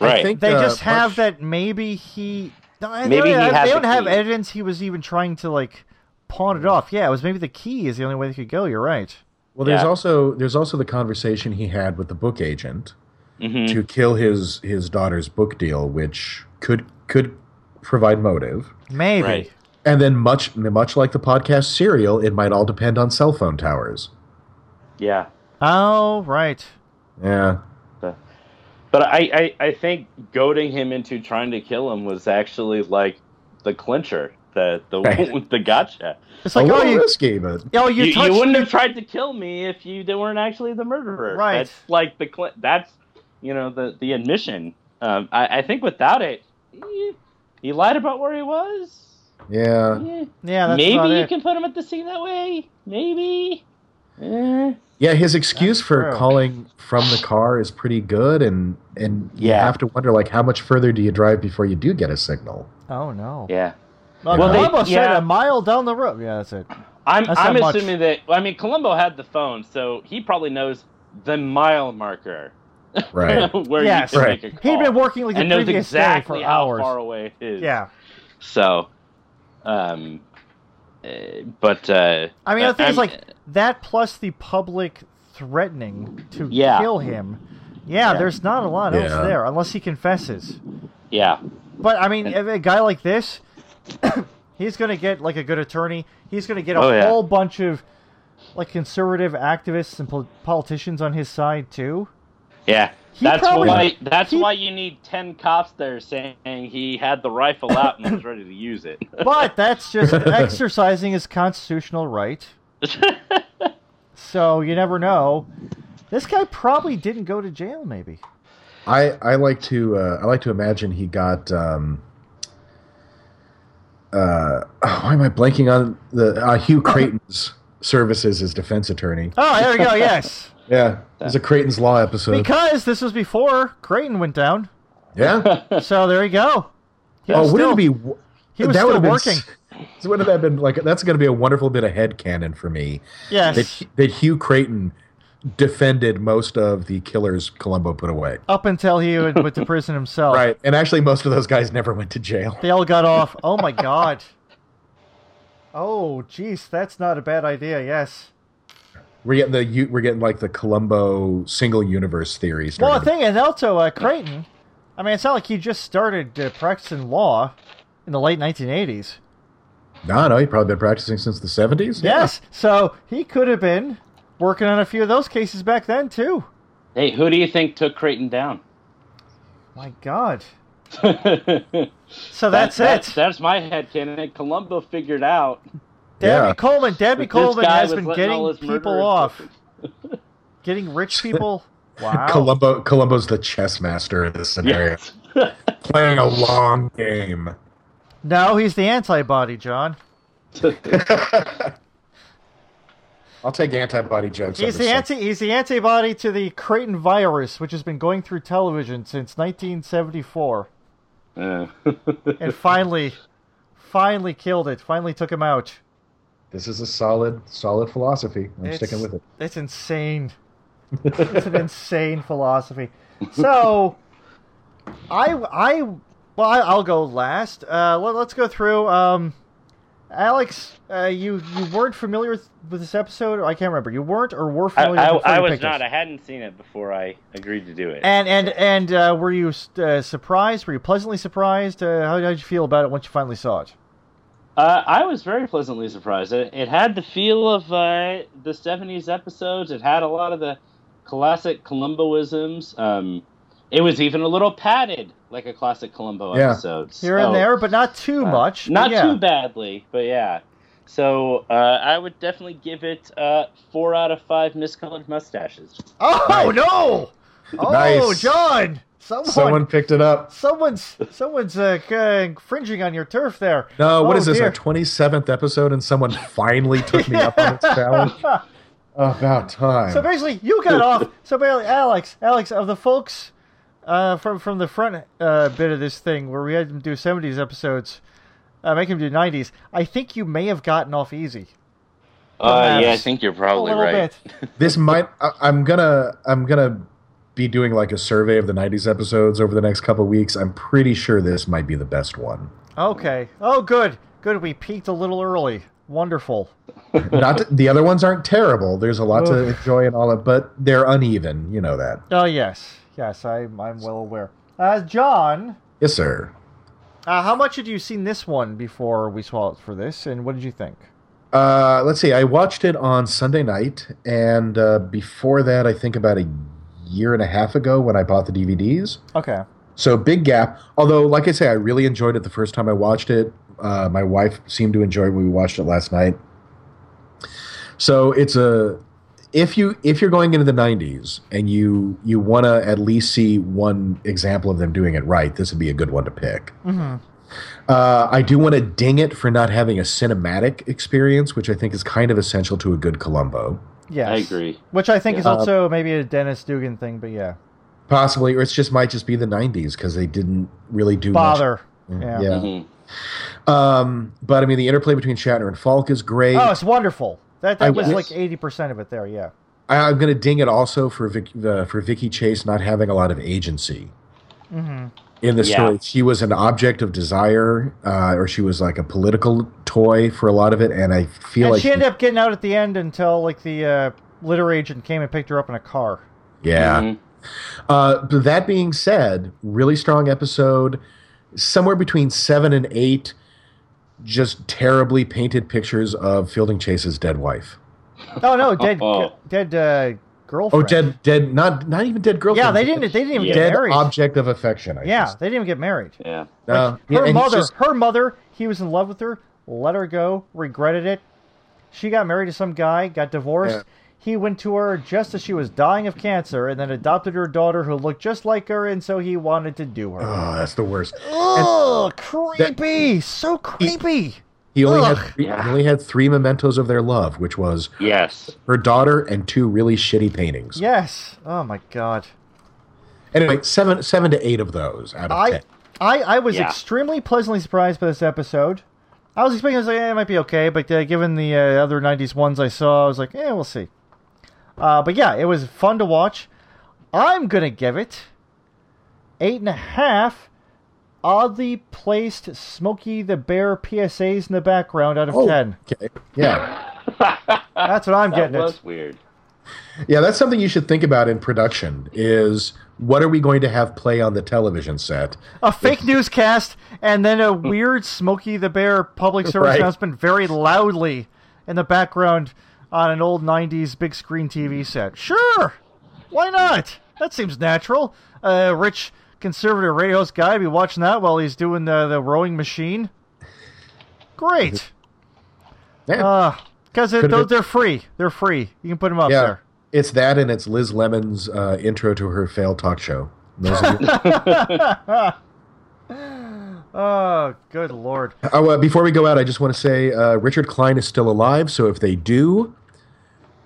I think,
They
uh,
just have
Punch-
that maybe he no, I- they don't
Maybe he
have-
had
they
the
don't have
key.
evidence he was even trying to like pawn it off. Yeah, it was maybe the key is the only way they could go. You're right.
Well, there's
Yeah.
also there's also the conversation he had with the book agent
Mhm.
Mm.
to kill his his daughter's book deal, which could could provide motive.
Maybe.
Right.
And then much much like the podcast serial, it might all depend on cell phone towers.
Yeah.
Oh, right.
Yeah.
But I, I, I think goading him into trying to kill him was actually like the clincher, the the
Right.
the gotcha.
It's like
a
oh
little
you
risky, but
oh you,
You, you,
touched
wouldn't have tried to kill me if you d- weren't actually the murderer.
Right.
That's like the cl- that's you know the the admission. Um, I, I think without it, eh, he lied about where he was.
yeah.
Eh,
yeah that's
maybe
about
you
it.
can put him at the scene that way. Maybe. Eh.
Yeah, his excuse for
true.
calling from the car is pretty good and and you
Yeah.
have to wonder like how much further do you drive before you do get a signal?
Oh no.
Yeah.
Well,
Well, they-
Columbo said
yeah.
a mile down the road. Yeah, that's it.
I'm
That's
I'm
not much.
assuming that well, I mean Columbo had the phone, so he probably knows the mile marker
Right.
where
Yes.
you can
Right.
make a call.
He'd been working like
and
the
knows
previous
exactly
day for
how
hours.
far away it is.
Yeah.
So, um, eh, but uh,
I mean, the thing is,
I'm-
like that plus the public threatening to
Yeah.
kill him. Yeah,
Yeah.
there's not a lot
Yeah.
else there unless he confesses.
yeah,
But I mean,
And-
a guy like this, he's going to get like a good attorney. He's going to get a
Oh, yeah.
whole bunch of like conservative activists and pol- politicians on his side too.
yeah.
He
That's
probably-
why. That's
he-
why you need ten cops there saying he had the rifle out and was ready to use it.
But that's just exercising his constitutional right. So you never know. This guy probably didn't go to jail. Maybe.
I, I like to uh, I like to imagine he got um, uh, oh, why am I blanking on the uh, Hugh Creighton's services as defense attorney?
Oh, there we go. Yes.
Yeah, there's a Creighton's Law episode.
Because this was before Creighton went down.
yeah.
So there you go. He
Oh,
was
wouldn't
still-
it be? w-
he was
that would
still
have been,
working.
s- so Wouldn't that have been like? That's going to be a wonderful bit of head canon for me that
Yes.
Hu- that Hugh Creighton defended most of the killers Columbo put away.
Up until he went, went to prison himself.
Right, and actually, most of those guys never went to jail.
They all got off. Oh, my God. Oh, jeez. That's not a bad idea. Yes.
We're getting the u- we're getting like the Columbo single universe theory.
Well,
starting
the thing is, also, uh, Creighton, I mean, it's not like he just started uh, practicing law in the late 1980s.
No, no, he probably been practicing since the seventies.
Yes. So he could have been working on a few of those cases back then, too.
hey, who do you think took Creighton down?
My God.
That-
So that's
that-
it.
That's my head cannon. Columbo figured out
Debbie
Yeah.
Coleman. Debbie
This
Coleman
guy
has
was
been
letting all
getting
his
people
murderers-
off, getting rich people. Wow.
Columbo Columbo's the chess master in this scenario, playing a long game.
no, he's the antibody, John.
I'll take antibody jokes.
He's
over
the
some-
anti. He's the antibody to the Creighton virus, which has been going through television since 1974,
Yeah.
and finally, finally killed it. Finally took him out.
This is a solid, solid philosophy. I'm
It's-
sticking with it.
It's insane. It's an insane philosophy. So, I I well, I, I'll go last. Uh, let, us go through. Um, Alex, uh, you you weren't familiar with, with this episode. I can't remember. You weren't or were
I,
familiar.
I,
before
I
you
was
picked
not.
us.
I hadn't seen it before I agreed to do it.
And and and uh, were you uh, surprised? Were you pleasantly surprised? Uh, how did you feel about it once you finally saw it?
Uh, I was very pleasantly surprised. It, it had the feel of uh, the '70s episodes. It had a lot of the classic Columboisms. Um, it was even a little padded, like a classic Columbo
Yeah.
episode.
Here
So,
and there, but not too
Oh. uh,
much. but
not
yeah.
too badly, but yeah. So uh, I would definitely give it uh, four out of five miscolored mustaches.
Oh
Nice.
no! Oh,
Nice.
John! Someone,
Someone picked it up.
someone's, someone's uh, c- infringing on your turf there.
No, what
Oh,
is this? Our
dear.
twenty seventh episode, and someone finally took me up on its challenge. About time.
So basically, you got off. So basically, Alex, Alex, of the folks uh, from from the front uh, bit of this thing where we had him do '70s episodes, uh, make him do '90s. I think you may have gotten off easy.
Uh, yeah, I
Perhaps.
think you're
A
probably
little
right.
bit.
this might. I, I'm gonna. I'm gonna be doing like a survey of the '90s episodes over the next couple weeks. I'm pretty sure this might be the best one.
Okay. Oh, good. Good. We peaked a little early. Wonderful.
Not to- the other ones aren't terrible. There's a lot to enjoy and all that, but they're uneven. You know that.
Oh yes, yes. I I'm well aware. Uh, John,
Yes, sir.
uh, how much had you seen this one before we saw it for this, and what did you think?
Uh, let's see. I watched it on Sunday night, and uh, before that, I think about a year and a half ago when I bought the DVDs.
Okay.
So big gap. Although, like I say, I really enjoyed it the first time I watched it. Uh, my wife seemed to enjoy it when we watched it last night. So it's a if you if you're going into the '90s and you you want to at least see one example of them doing it right, this would be a good one to pick.
Mm-hmm.
Uh, I do want to ding it for not having a cinematic experience, which I think is kind of essential to a good Columbo.
Yes.
I agree.
Which I think is
Yeah.
also maybe a Dennis Dugan thing, but yeah.
Possibly, or it's just might just be the '90s because they didn't really do
Bother.
Much.
Yeah.
yeah.
Mhm.
Um, but I mean, the interplay between Shatner and Falk is great.
Oh, it's wonderful. That,
I
that was
wish.
like eighty percent of it there. Yeah.
I, I'm going to ding it also for Vic, uh, for Vicky Chase not having a lot of agency
Mm-hmm.
in the
Yeah.
story. She was an object of desire, uh, or she was like a political toy for a lot of it, and I feel
And
like
she ended up getting out at the end until like the uh, litter agent came and picked her up in a car.
yeah.
Mhm.
Uh, but that being said, really strong episode, somewhere between seven and eight. Just terribly painted pictures of Fielding Chase's dead wife.
Oh no, dead,
Oh.
dead uh, girlfriend.
Oh, dead, dead, not not even dead girlfriend.
Yeah, they didn't. They didn't even get
dead
married.
object of affection. I
yeah,
just-
they didn't even get married.
Yeah.
No.
Like,
Yeah,
her
and it's
mother,
just-
her mother, he was in love with her, let her go, regretted it. She got married to some guy, got divorced.
Yeah.
He went to her just as she was dying of cancer and then adopted her daughter who looked just like her, and so he wanted to do her.
Oh, that's the worst.
Ugh, creepy! so creepy!
He only had
Ugh.
three,
Yeah.
he only had three mementos of their love, which was
Yes.
her daughter and two really shitty paintings.
Yes. Oh my god.
Anyway, seven seven to eight of those out of
I,
ten.
I, I was
Yeah.
extremely pleasantly surprised by this episode. I was expecting I was like, eh, it might be okay, but uh, given the uh, other '90s ones I saw, I was like, eh, we'll see. Uh, but yeah, it was fun to watch. I'm gonna give it eight and a half. Oddly placed Smokey the Bear PSAs in the background out of
Oh.
ten.
Okay. Yeah.
that
That's what I'm getting.
was
It.
weird.
Yeah, that's something you should think about in production is what are we going to have play on the television set?
A fake newscast and then a weird Smokey the Bear public service
Right.
announcement very loudly in the background on an old 90s big screen TV set. Sure! Why not? That seems natural. A rich conservative radio host guy be watching that while he's doing the, the rowing machine. Great!
Yeah.
Oh, Because
Could've
those
been-
they're free. They're free. You can put them up
yeah.
there.
It's that and it's Liz Lemon's uh, intro to her failed talk show. Those are the-
Oh, good lord.
Oh, uh, before we go out, I just want to say uh, Richard Klein is still alive, so if they do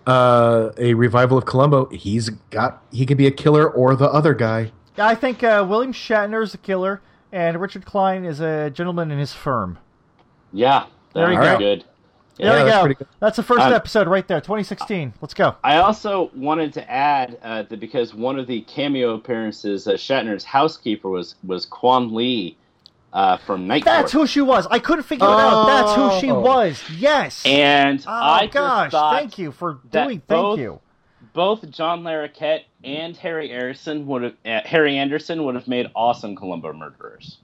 uh, a revival of Columbo, he's got he could be a killer or the other guy.
I think uh, William Shatner is a killer, and Richard Klein is a gentleman in his firm.
Yeah.
There
That
you
was
go.
good.
There
Yeah,
we
that's
go.
pretty good.
That's the first
Um,
episode right there, 2016. Let's go.
I also wanted to add uh, that because one of the cameo appearances, uh, Shatner's housekeeper was was Quan Lee uh, from Night
That's
Court.
who she was. I couldn't figure it out. That's who she
Oh.
was. Yes.
And
oh
I
gosh,
just thought
thank you for
that
doing. Thank
both-
you.
both John Larroquette and Harry Anderson would have uh, Harry Anderson would have made awesome Columbo murderers.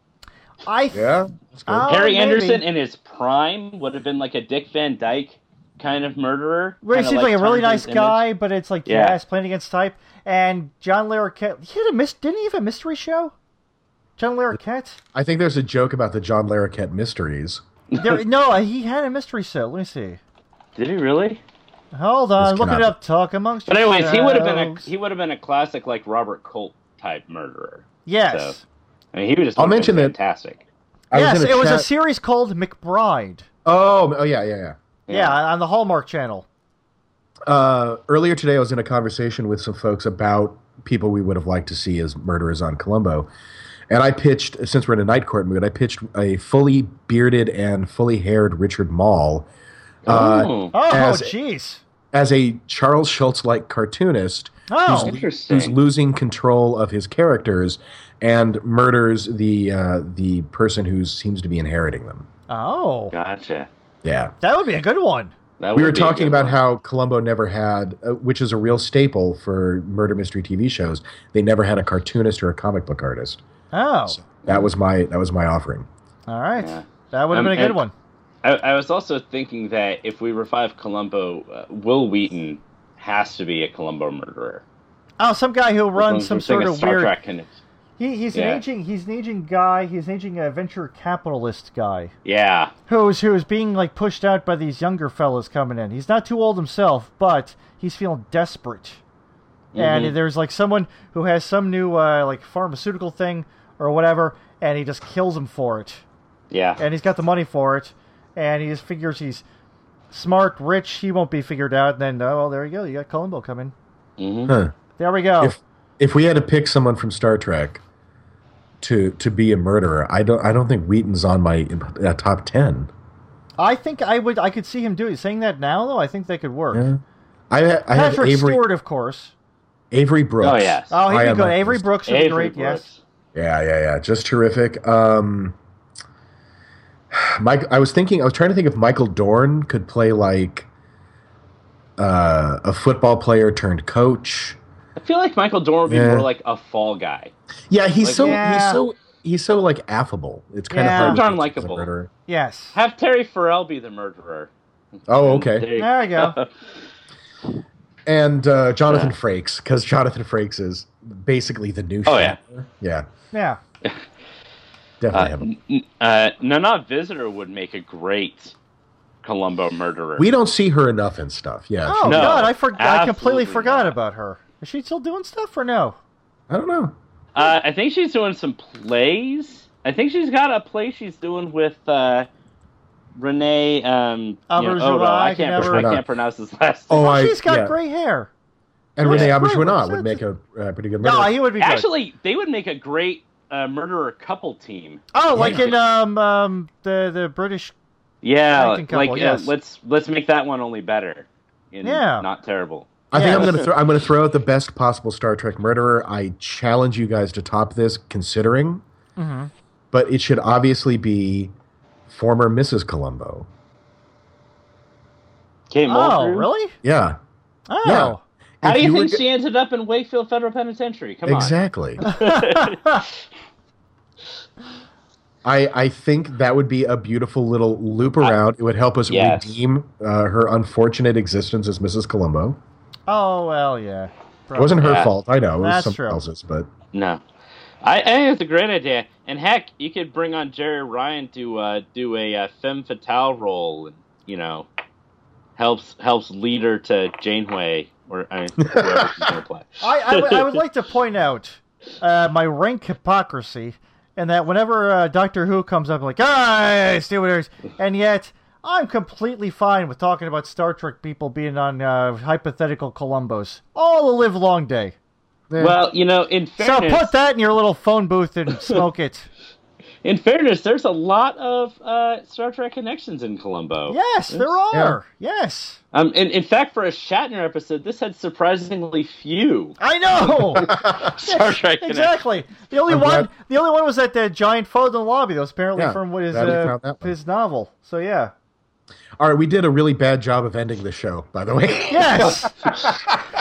I
Yeah. that's good.
Oh,
Harry
maybe.
Anderson in his prime would have been like a Dick Van Dyke kind of murderer.
Well, he
kinda,
seems like, a really
turned
nice
his image-
guy, but it's like yeah,
Yeah.
it's playing against type. And John Larroquette, he had a mis- didn't he have a mystery show? John Larroquette?
I think there's a joke about the John Larroquette mysteries.
There, no, he had a mystery show. Let me see.
Did he really?
Hold on,
This
look it
cannot
up. Talk amongst
But anyways, he would have been a
yourselves.
he would have been a classic like Robert Colt type murderer.
yes,
so- I mean, he would just
I'll
would have
mention
been
that-
fantastic.
I
yes.
in
it was a
chat-
series called McBride.
Oh, oh yeah, yeah, yeah.
Yeah. on the Hallmark Channel.
Uh, earlier today, I was in a conversation with some folks about people we would have liked to see as murderers on Columbo. And I pitched, since we're in a night court mood, I pitched a fully bearded and fully haired Richard Mall uh,
oh,
Oh,
As-
jeez.
as a Charles Schultz like cartoonist
Oh,
who's-
interesting.
who's losing control of his characters and murders the uh, the person who seems to be inheriting them.
oh,
gotcha.
Yeah.
that would be a good one.
That
we
would
were
be a
talking
good
about
one.
how Columbo never had, uh, which is a real staple for murder mystery TV shows. They never had a cartoonist or a comic book artist.
Oh,
So that was my that was my offering.
all right,
Yeah.
that would have
Um,
been a good
and-
one.
I, I was also thinking that if we revive Columbo, uh, Will Wheaton has to be a Columbo murderer.
Oh, some guy who runs some
We're
sort
thinking
of
Star
weird.
Trek kind of-
He, he's
Yeah.
an aging. He's an aging guy. He's an aging uh, venture capitalist guy
yeah,
who's who's being like pushed out by these younger fellas coming in. He's not too old himself, but he's feeling desperate.
Mm-hmm.
And there's like someone who has some new uh, like pharmaceutical thing or whatever, and he just kills him for it.
yeah. Oh,
And he's got the money for it, and he just figures he's smart, rich. He won't be figured out. And then oh, well, there you go. You got Columbo coming.
hmm
Huh.
There we go.
If if we had to pick someone from Star Trek to to be a murderer, I don't I don't think Wheaton's on my uh, top ten.
I think I would. I could see him doing saying that now though. I think that could work.
Yeah. I ha- I have
Patrick
Avery
Stewart, of course.
Avery Brooks.
Oh yes.
Oh,
I
he'd be
am
good.
not
Avery
just-
Brooks would be
Avery
great. Yes.
Brooks.
Yeah, yeah, yeah. Just terrific. Um, Mike, I was thinking, I was trying to think if Michael Dorn could play like uh, a football player turned coach.
I feel like Michael Dorn would be
Yeah.
more like a fall guy.
Yeah, he's
Like-
so
Yeah.
he's so he's so like affable. It's kind
Yeah.
of hard. to
Darn
picture as a
likable.
murderer.
Yes.
Have Terry Farrell be the murderer.
Oh,
There
okay.
you
There you go.
And uh, Jonathan Frakes, because Jonathan Frakes is basically the new.
Oh, yeah.
Shatner. yeah,
Yeah.
definitely.
Uh,
have him.
n- n- uh, Nana Visitor would make a great Columbo murderer.
We don't see her enough and stuff. Yeah,
Oh
she-
No,
God, I forgot. I completely
absolutely
forgot
not.
about her. Is she still doing stuff or no?
I don't know.
Uh, I think she's doing some plays. I think she's got a play she's doing with uh, Renee. Um, you know,
Abergeron,
Odo. I can't.
Abergeron.
I can't pronounce his last
Oh,
name.
I-
She's got
yeah.
gray hair.
And
Looks
Renee
great.
Auberjonois
Looks-
would make a uh, pretty good.
No,
murderer.
Oh, he would be good.
Actually, they would make a great uh, murderer couple team.
oh, like
Yeah.
in um, um the the British.
Yeah,
Acting couple,
like
yes.
uh, let's let's make that one only better. And
Yeah.
not terrible.
I
Yeah.
think I'm gonna throw I'm gonna throw out the best possible Star Trek murderer. I challenge you guys to top this, considering,
Mm-hmm.
but it should obviously be former Mrs. Columbo.
Kate
Oh,
Mulgrew?
really?
Yeah.
Oh,
Yeah.
How
If
do you, think
were-
she ended up in Wakefield Federal Penitentiary? Come
exactly?
on.
Oh.
I I think that would be a beautiful little loop around. it would help us
Yes.
redeem uh, her unfortunate existence as Mrs. Columbo.
oh well, yeah.
It wasn't her
Yeah.
fault. I know. It was
That's
someone
true.
else's, but
no. I, I think it's a great idea. And heck, you could bring on Jerry Ryan to uh, do a uh, femme fatale role and, you know, helps helps lead her to Janeway or I mean, whoever she's going to play.
I, I, would- I would like to point out uh, my rank hypocrisy in that whenever uh, Doctor Who comes up, I'm like, ah, stewarders, and yet I'm completely fine with talking about Star Trek people being on uh, hypothetical Columbos all a live long day.
eh,
Well, you know, in fairness,
So put that in your little phone booth and smoke it.
in fairness, there's a lot of uh, Star Trek connections in Columbo.
Yes, there are. Yes.
Um, in, in fact, for a Shatner episode, this had surprisingly few
I know.
Star Trek connections.
exactly. The only
I'm
one
glad-
the only one was that uh, giant photo in the lobby that was apparently
Yeah,
from what his
glad we
uh,
found that one.
his novel. So yeah.
All right, we did a really bad job of ending the show, by the way.
Yes.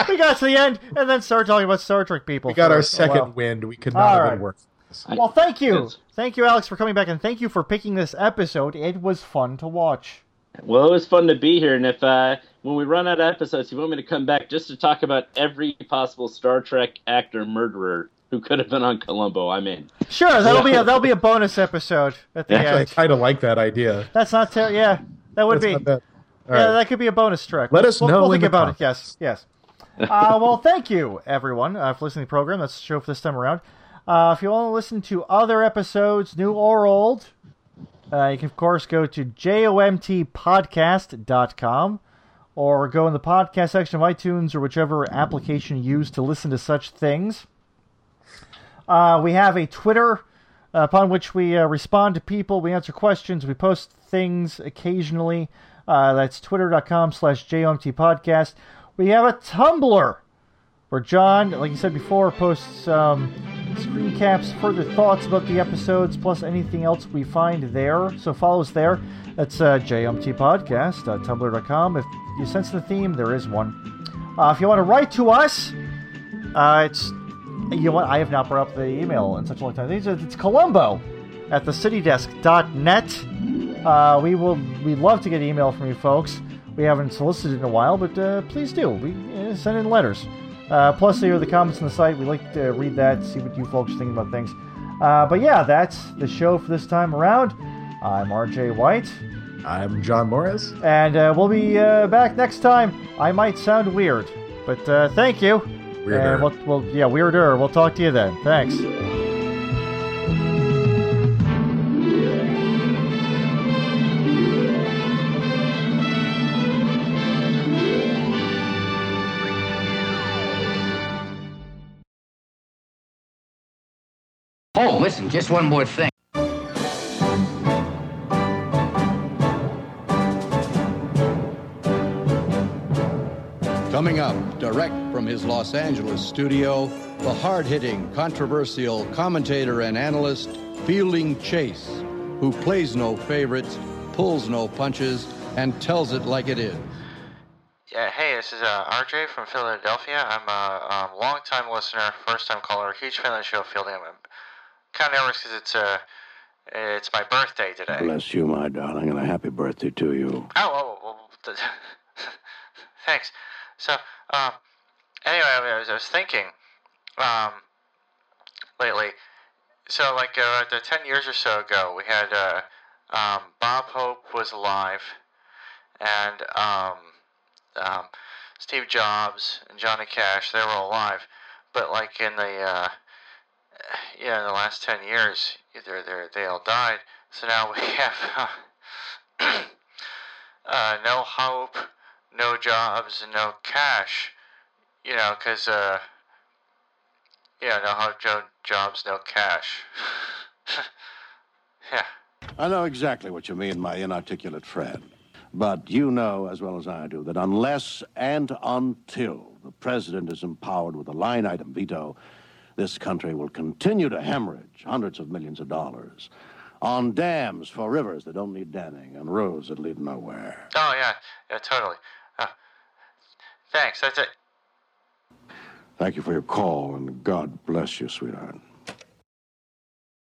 we got to the end and then started talking about Star Trek people.
we got
for
our
a
second
while.
wind. We could not
All
have
right.
been worse.
Well, thank you.
Yes.
Thank you, Alex, for coming back, and thank you for picking this episode. It was fun to watch.
Well, it was fun to be here, and if uh, when we run out of episodes, you want me to come back just to talk about every possible Star Trek actor murderer who could have been on Columbo, I'm in.
Sure, that'll be a, that'll be a bonus episode at the
Actually, I
end.
kind of like that idea.
That's not ter- yeah, that would
That's
be
not bad. All
yeah,
right.
that could be a bonus track.
Let us
We'll-
know
We'll
in
think
the
about it. Yes,
comments.
yes. Uh, well, thank you, everyone, uh, for listening to the program. That's the show for this time around. Uh, if you want to listen to other episodes, new or old, uh, you can, of course, go to jomtpodcast.com or go in the podcast section of iTunes or whichever application you use to listen to such things. Uh, we have a Twitter uh, upon which we uh, respond to people, we answer questions, we post things occasionally. Uh, that's twitter.com slash JOMT podcast. We have a Tumblr where John, like you said before, posts um, screen caps, further thoughts about the episodes, plus anything else we find there. So follow us there. That's uh, jomtpodcast.tumblr.com. If you sense the theme, there is one. Uh, if you want to write to us, uh, it's you know what? I have not brought up the email in such a long time. These are- It's Columbo at thecitydesk.net. Uh, we will. We'd love to get email from you folks. We haven't solicited in a while, but uh, please do. We uh, send in letters. Uh, plus, there are the comments on the site. We like to read that, see what you folks think about things. Uh, but yeah, that's the show for this time around. I'm RJ White,
I'm John Morris.
and uh, we'll be uh, back next time. I might sound weird, but uh, thank you.
Weirder.
And we'll, we'll, yeah, weirder. We'll talk to you then. Thanks.
Oh, listen, just one more thing.
Coming up, direct from his Los Angeles studio, the hard hitting, controversial commentator and analyst, Fielding Chase, who plays no favorites, pulls no punches, and tells it like it is.
Yeah, hey, this is uh, RJ from Philadelphia. I'm a um, long-time listener, first-time caller, huge fan of the show, Fielding. I'm kind of nervous because it's, uh, it's my birthday today.
Bless you, my darling, and a happy birthday to you.
Oh, oh, oh, oh, th- thanks. So, um, anyway, I was, I was thinking, um, lately. So, like, uh, the ten years or so ago, we had uh, um, Bob Hope was alive, and um, um, Steve Jobs and Johnny Cash. They were alive, but like in the uh, yeah, in the last ten years, either they they all died. So now we have. Uh, uh, no hope, no jobs, and no cash. You know, 'cause uh, yeah, no hope, jo- jobs, no cash. yeah.
I know exactly what you mean, my inarticulate friend. But you know as well as I do that unless and until the president is empowered with a line item veto, this country will continue to hemorrhage hundreds of millions of dollars on dams for rivers that don't need damming and roads that lead nowhere.
Oh yeah, yeah, totally. Uh, thanks. That's it.
Thank you for your call, and God bless you, sweetheart.